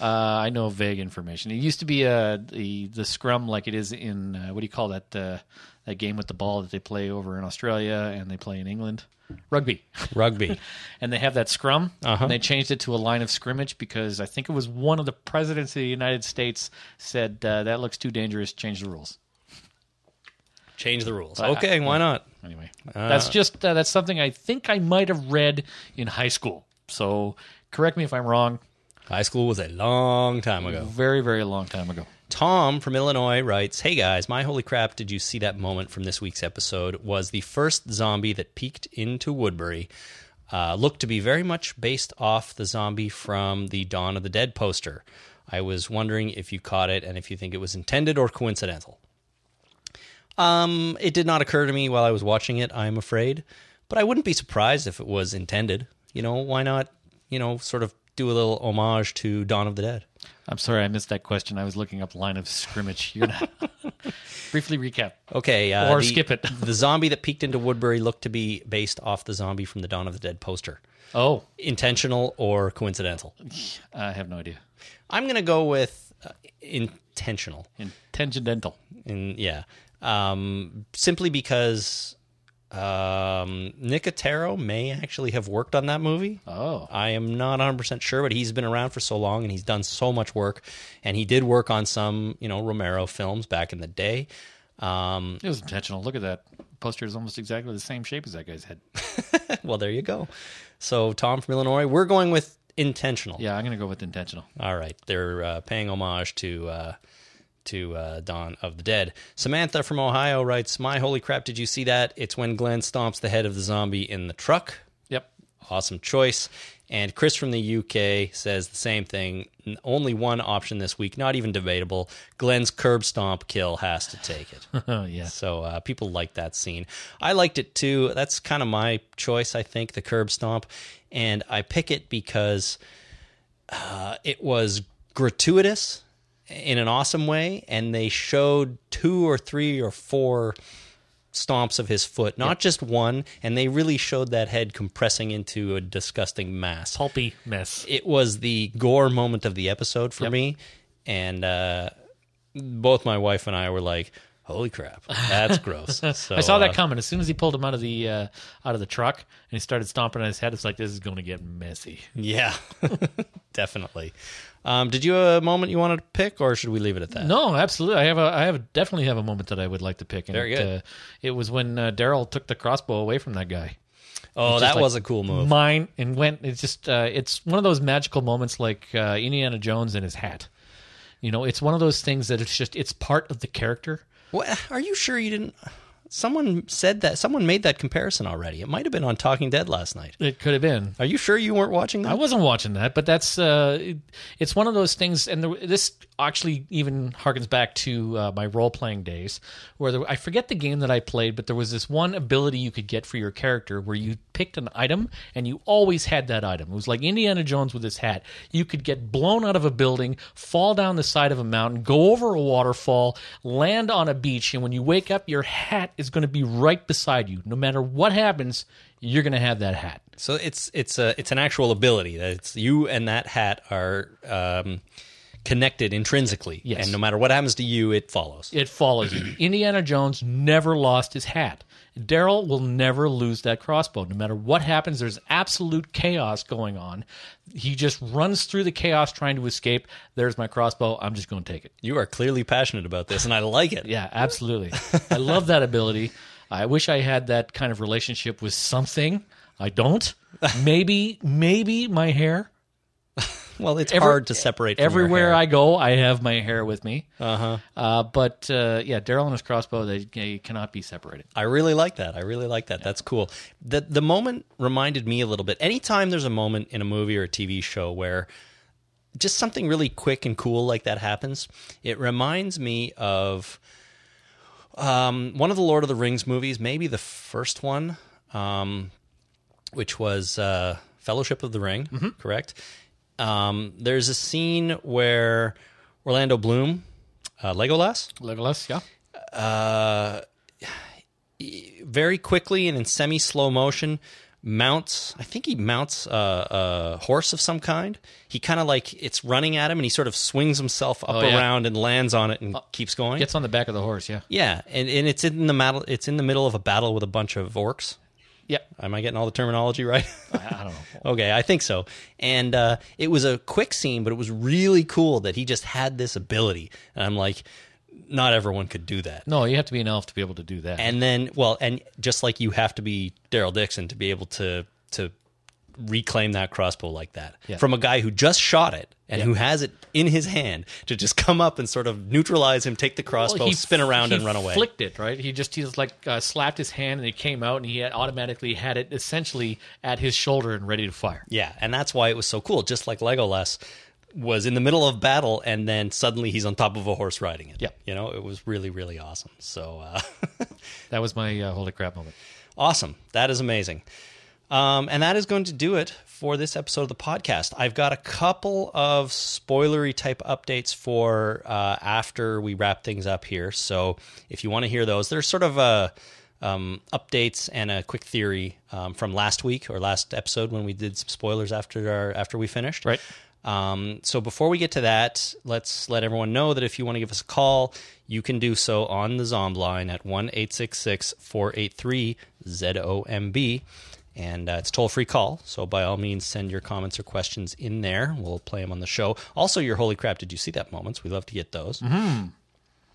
Uh, I know vague information. It used to be uh, the the scrum like it is in uh, what do you call that uh, that game with the ball that they play over in Australia and they play in England, rugby, Uh-huh.
Rugby.
and they have that scrum. And they changed it to a line of scrimmage because I think it was one of the presidents of the United States said uh, that looks too dangerous. Change the rules.
Change the rules. Okay, why not?
Anyway, that's just uh, that's something I think I might have read in high school. So correct me if I'm wrong.
High school was a long time ago.
Very very long time ago.
Tom from Illinois writes, "Hey guys, my holy crap! Did you see that moment from this week's episode? Was the first zombie that peeked into Woodbury uh, looked to be very much based off the zombie from the Dawn of the Dead poster? I was wondering if you caught it and if you think it was intended or coincidental." Um, it did not occur to me while I was watching it. I'm afraid, but I wouldn't be surprised if it was intended. You know, why not? You know, sort of do a little homage to Dawn of the Dead.
I'm sorry I missed that question. I was looking up line of scrimmage. You're gonna briefly recap.
Okay, uh,
Or
the-
skip it.
the zombie that peeked into Woodbury looked to be based off the zombie from the Dawn of the Dead poster.
Oh,
Intentional or coincidental?
I have no idea.
I'm going to go with uh, intentional.
Intentional.
And yeah, um, simply because Um, Nicotero may actually have worked on that movie.
Oh.
I am not 100% sure, but he's been around for so long and he's done so much work. And he did work on some, you know, Romero films back in the day. Um,
It was intentional. Look at that. Poster is almost exactly the same shape as that guy's head.
well, there you go. So, Tom from Illinois, we're going with intentional.
Yeah, I'm going to go with intentional.
All right, they're uh, paying homage to uh, to uh, Dawn of the Dead. Samantha from Ohio writes, "My holy crap! Did you see that? It's when Glenn stomps the head of the zombie in the truck.
Yep.
Awesome choice." And Chris from the UK says the same thing. N- Only one option this week, not even debatable. Glenn's curb stomp kill has to take it.
Oh, yeah.
So uh, people like that scene. I liked it too. That's kind of my choice, I think, the curb stomp. And I pick it because uh, it was gratuitous in an awesome way. And they showed two or three or four stomps of his foot, not just one. And they really showed that head compressing into a disgusting mass
Pulpy mess.
it was the gore moment of the episode for me, and uh, both my wife and I were like, "Holy crap, that's gross." So,
I saw
uh,
that coming. As soon as he pulled him out of the uh, out of the truck and he started stomping on his head, it's like this is going to get messy.
yeah, definitely. Um, did you have a moment you wanted to pick, or should we leave it at that?
No, absolutely. I have a, I have definitely have a moment that I would like to pick. And
Very
it,
good.
Uh, it was when uh, Daryl took the crossbow away from that guy.
oh, that
like-
was a cool move.
Mine and went. It's just uh, it's one of those magical moments like uh, Indiana Jones and his hat. You know, it's one of those things that it's just it's part of the character.
What, are you sure you didn't? Someone said that. Someone made that comparison already. It might have been on Talking Dead last night.
It could have been.
Are you sure you weren't watching that?
I wasn't watching that, but that's uh, it- it's one of those things. And the, this actually even harkens back to uh, my role playing days, where there, I forget the game that I played, but there was this one ability you could get for your character where you picked an item and you always had that item. It was like Indiana Jones with his hat. You could get blown out of a building, fall down the side of a mountain, go over a waterfall, land on a beach, and when you wake up, your hat is going to be right beside you. No matter what happens, you're going to have that hat.
So it's it's a it's an actual ability that it's you and that hat are um, connected intrinsically,
Yes.
and no matter what happens to you, it follows.
it follows you. Indiana Jones never lost his hat. Daryl will never lose that crossbow. No matter what happens, there's absolute chaos going on. He just runs through the chaos trying to escape. There's my crossbow. I'm just going to take it.
You are clearly passionate about this, and I like it.
Yeah, absolutely. I love that ability. I wish I had that kind of relationship with something. I don't. Maybe, maybe my hair.
Well, it's
Every-
hard to separate. From
Everywhere I go, I have my hair with me. Uh-huh. But uh, yeah, Daryl and his crossbow, they, they cannot be separated.
I really like that. I really like that. That's cool. The the moment reminded me a little bit. Anytime there's a moment in a movie or a TV show where just something really quick and cool like that happens, it reminds me of um, one of the Lord of the Rings movies, maybe the first one, um, which was uh, Fellowship of the Ring, correct? Um, there's a scene where Orlando Bloom, uh, Legolas,
Legolas, yeah.
very quickly and in semi slow motion mounts i think he mounts a, a horse of some kind he kind of like it's running at him and he sort of swings himself up
Oh, yeah. Oh,
around and lands on it and keeps going
Gets on the back of the horse, yeah.
yeah and, and it's in the battle it's in the middle of a battle with a bunch of orcs
Yeah.
am i getting all the terminology right
I I don't know.
okay i think so and uh, it was a quick scene but it was really cool that he just had this ability and i'm like not everyone could do that
No, you have to be an elf to be able to do that.
and then well and just like you have to be daryl dixon to be able to to reclaim that crossbow like that
Yeah.
from a guy who just shot it and who has it in his hand to just come up and sort of neutralize him take the crossbow
Well, he-
spin around
he
and run away
flicked it, right? He just, he just like uh, slapped his hand and it came out and he had automatically had it essentially at his shoulder and ready to fire.
yeah and that's why it was so cool just like legolas was in the middle of battle and then suddenly he's on top of a horse riding it
Yeah.
you know it was really really awesome so uh
That was my uh, holy crap moment.
Awesome. That is amazing. Um, and that is going to do it for this episode of the podcast. I've got a couple of spoilery type updates for uh, after we wrap things up here. So if you want to hear those, there's sort of a um, updates and a quick theory um, from last week or last episode when we did some spoilers after our after we finished.
Right.
Um, so before we get to that, let's let everyone know that if you want to give us a call, you can do so on the Zomb line at 1 866 483 ZOMB. And uh, it's toll free call. So by all means, send your comments or questions in there. We'll play them on the show. Also, your holy crap, did you see that moments? We love to get those.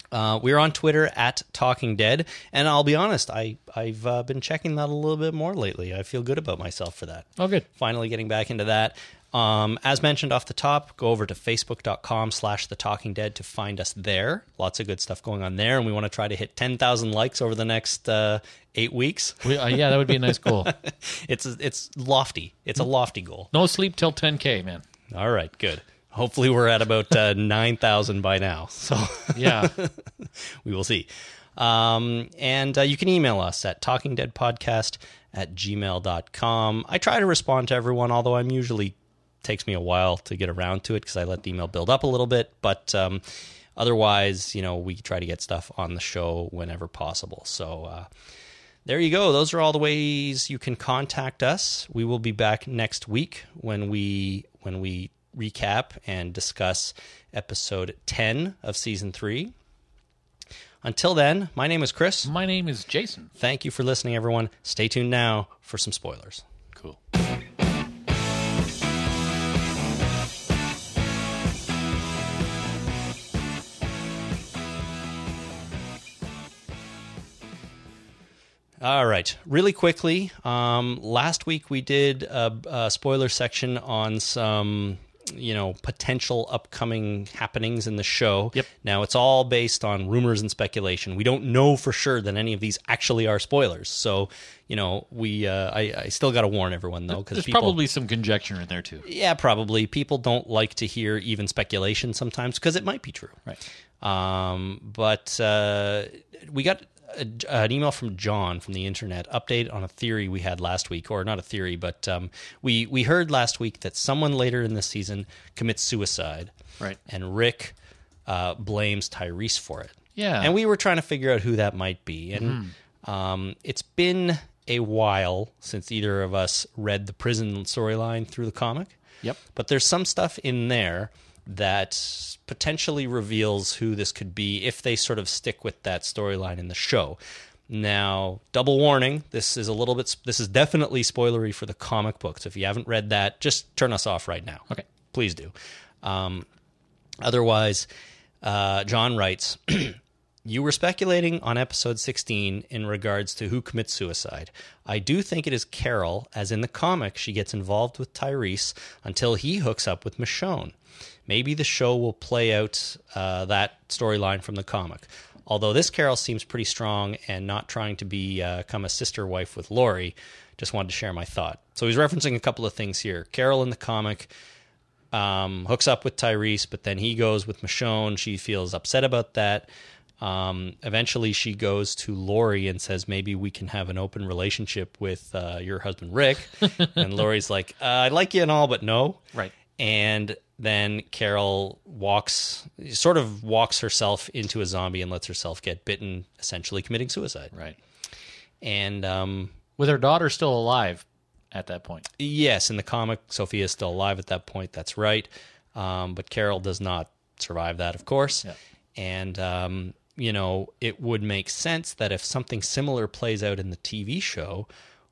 Uh, we're on Twitter at Talking Dead, and I'll be honest, I I've uh, been checking that a little bit more lately. I feel good about myself for that.
Oh, good.
Finally getting back into that. Um, as mentioned off the top, go over to facebook.com slash the talking dead to find us there. Lots of good stuff going on there. And we want to try to hit 10,000 likes over the next uh, eight weeks.
We, uh, yeah, that would be a nice goal.
It's, it's lofty. It's a lofty goal.
No sleep till 10K, man.
All right, good. Hopefully we're at about uh, 9,000 by now. So
Yeah.
we will see. Um, and uh, you can email us at talkingdeadpodcast at gmail.com. I try to respond to everyone, although I'm usually takes me a while to get around to it because I let the email build up a little bit. But um, otherwise, you know, we try to get stuff on the show whenever possible. So uh, there you go. Those are all the ways you can contact us. We will be back next week when we when we recap and discuss episode 10 of season 3 until then, my name is Chris.
My name is Jason.
Thank you for listening, everyone. Stay tuned now for some spoilers.
Cool.
All right, really quickly. Um, last week we did a, a spoiler section on some, you know, potential upcoming happenings in the show.
Yep.
Now it's all based on rumors and speculation. We don't know for sure that any of these actually are spoilers. So, you know, we uh, I, I still got to warn everyone though because
There's
people
probably some conjecture in there, too.
yeah probably people don't like to hear even speculation sometimes because it might be true.
Right.
Um, but uh, we got a, an email from John from the internet update on a theory we had last week, or not a theory, but um, we we heard last week that someone later in the season commits suicide,
Right.
and Rick uh, blames Tyrese for it.
Yeah.
and we were trying to figure out who that might be, and um, it's been a while since either of us read the prison storyline through the comic.
Yep.
But there's some stuff in there that potentially reveals who this could be if they sort of stick with that storyline in the show. Now, double warning, this is a little bit this is definitely spoilery for the comic book. So if you haven't read that, just turn us off right now.
Okay.
Please do. Um, otherwise, uh, John writes, You were speculating on episode 16 in regards to who commits suicide. I do think it is Carol, as in the comic, she gets involved with Tyrese until he hooks up with Michonne. Maybe the show will play out uh, that storyline from the comic. Although this Carol seems pretty strong and not trying to be, uh, become a sister wife with Lori, just wanted to share my thought. So he's referencing a couple of things here. Carol in the comic um, hooks up with Tyrese, but then he goes with Michonne. She feels upset about that. Um, eventually, she goes to Lori and says, "Maybe we can have an open relationship with uh, your husband, Rick." and Lori's like, uh, "I like you and all, but no."
Right.
And then Carol walks, sort of walks herself into a zombie and lets herself get bitten, essentially committing suicide.
Right.
And um,
With her daughter still alive at that point.
Yes, in the comic, Sophia is still alive at that point. That's right. Um, but Carol does not survive that, of course.
Yeah.
And, um, you know, it would make sense that if something similar plays out in the TV show,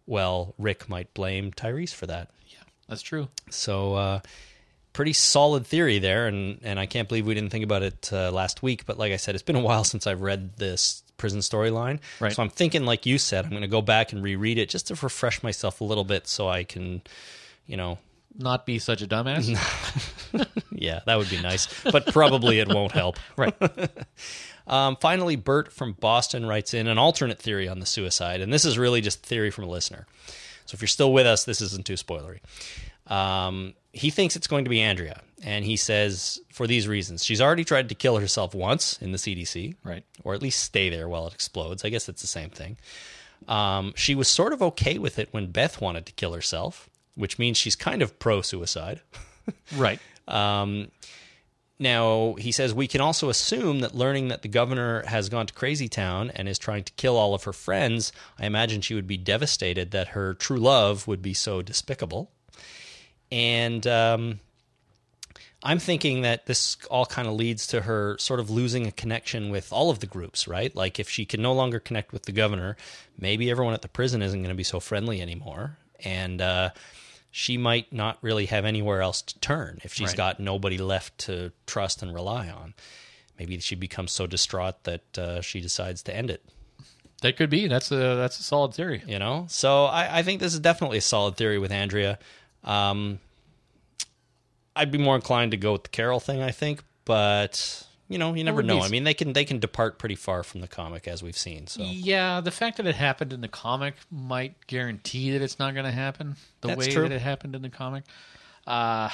well, Rick might blame Tyrese for that.
That's true.
So, uh, pretty solid theory there, and and I can't believe we didn't think about it uh, last week. But like I said, it's been a while since I've read this prison storyline,
Right.
so I'm thinking, like you said, I'm going to go back and reread it just to refresh myself a little bit, so I can, you know,
Not be such a dumbass.
yeah, that would be nice, but probably it won't help.
Right.
Um, finally, Bert from Boston writes in an alternate theory on the suicide, and this is really just theory from a listener. So if you're still with us, this isn't too spoilery. Um, he thinks it's going to be Andrea, and he says for these reasons: she's already tried to kill herself once in the CDC,
Right.
or at least stay there while it explodes. I guess it's the same thing. Um, she was sort of okay with it when Beth wanted to kill herself, which means she's kind of pro-suicide.
Right.
Um, now, he says, we can also assume that learning that the governor has gone to Crazy Town and is trying to kill all of her friends, I imagine she would be devastated that her true love would be so despicable. And um, I'm thinking that this all kind of leads to her sort of losing a connection with all of the groups, right? Like if she can no longer connect with the governor, maybe everyone at the prison isn't going to be so friendly anymore, and uh, she might not really have anywhere else to turn if she's
Right.
got nobody left to trust and rely on. Maybe she becomes so distraught that uh, she decides to end it
That could be. That's a that's a solid theory.
you know so i, I think this is definitely a solid theory with andrea um, i'd be more inclined to go with the carol thing i think but you know you never
would be
know i
s-
mean they can they can depart pretty far from the comic as we've seen so
Yeah, the fact that it happened in the comic might guarantee that it's not going to happen the
That's
way
true.
that it happened in the comic. Uh,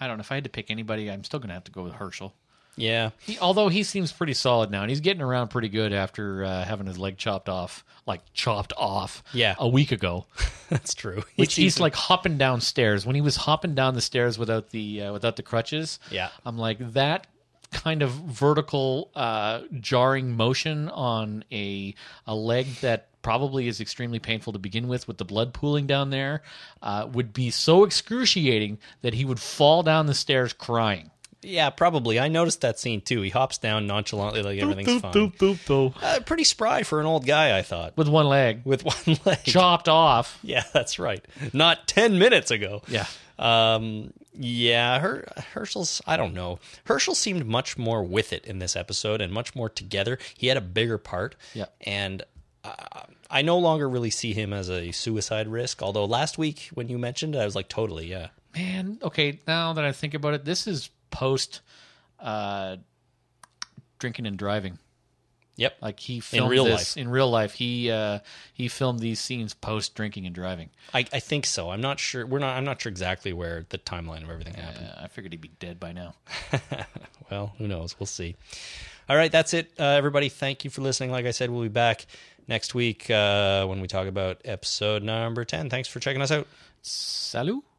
I don't know. If I had to pick anybody, I'm still going to have to go with Herschel.
yeah
He, although he seems pretty solid now, and he's getting around pretty good after uh, having his leg chopped off, like chopped off,
Yeah.
a week ago.
that's true
Which
He seems
he's like hopping downstairs. When he was hopping down the stairs without the uh, without the crutches,
Yeah.
I'm like that kind of vertical uh, jarring motion on a a leg that probably is extremely painful to begin with, with the blood pooling down there, uh, would be so excruciating that he would fall down the stairs crying.
yeah probably i noticed that scene too he hops down nonchalantly like everything's fine Uh, pretty spry for an old guy i thought
with one leg
with one leg
chopped off.
yeah that's right not 10 minutes ago
Yeah.
Um, yeah, her Herschel's. I don't know. Herschel seemed much more with it in this episode and much more together. He had a bigger part.
Yeah.
and uh, I no longer really see him as a suicide risk. Although last week when you mentioned it, I was like, totally, yeah,
Man, okay, now that I think about it, this is post uh drinking and driving.
yep,
Like he filmed
real
this in real life. He uh he filmed these scenes post drinking and driving.
I, I think so. I'm not sure. We're not. I'm not sure exactly where the timeline of everything happened.
Uh, I figured he'd be dead by now.
well, who knows? We'll see. All right, that's it, uh, everybody. Thank you for listening. Like I said, we'll be back next week uh, when we talk about episode number 10. Thanks for checking us out.
Salut.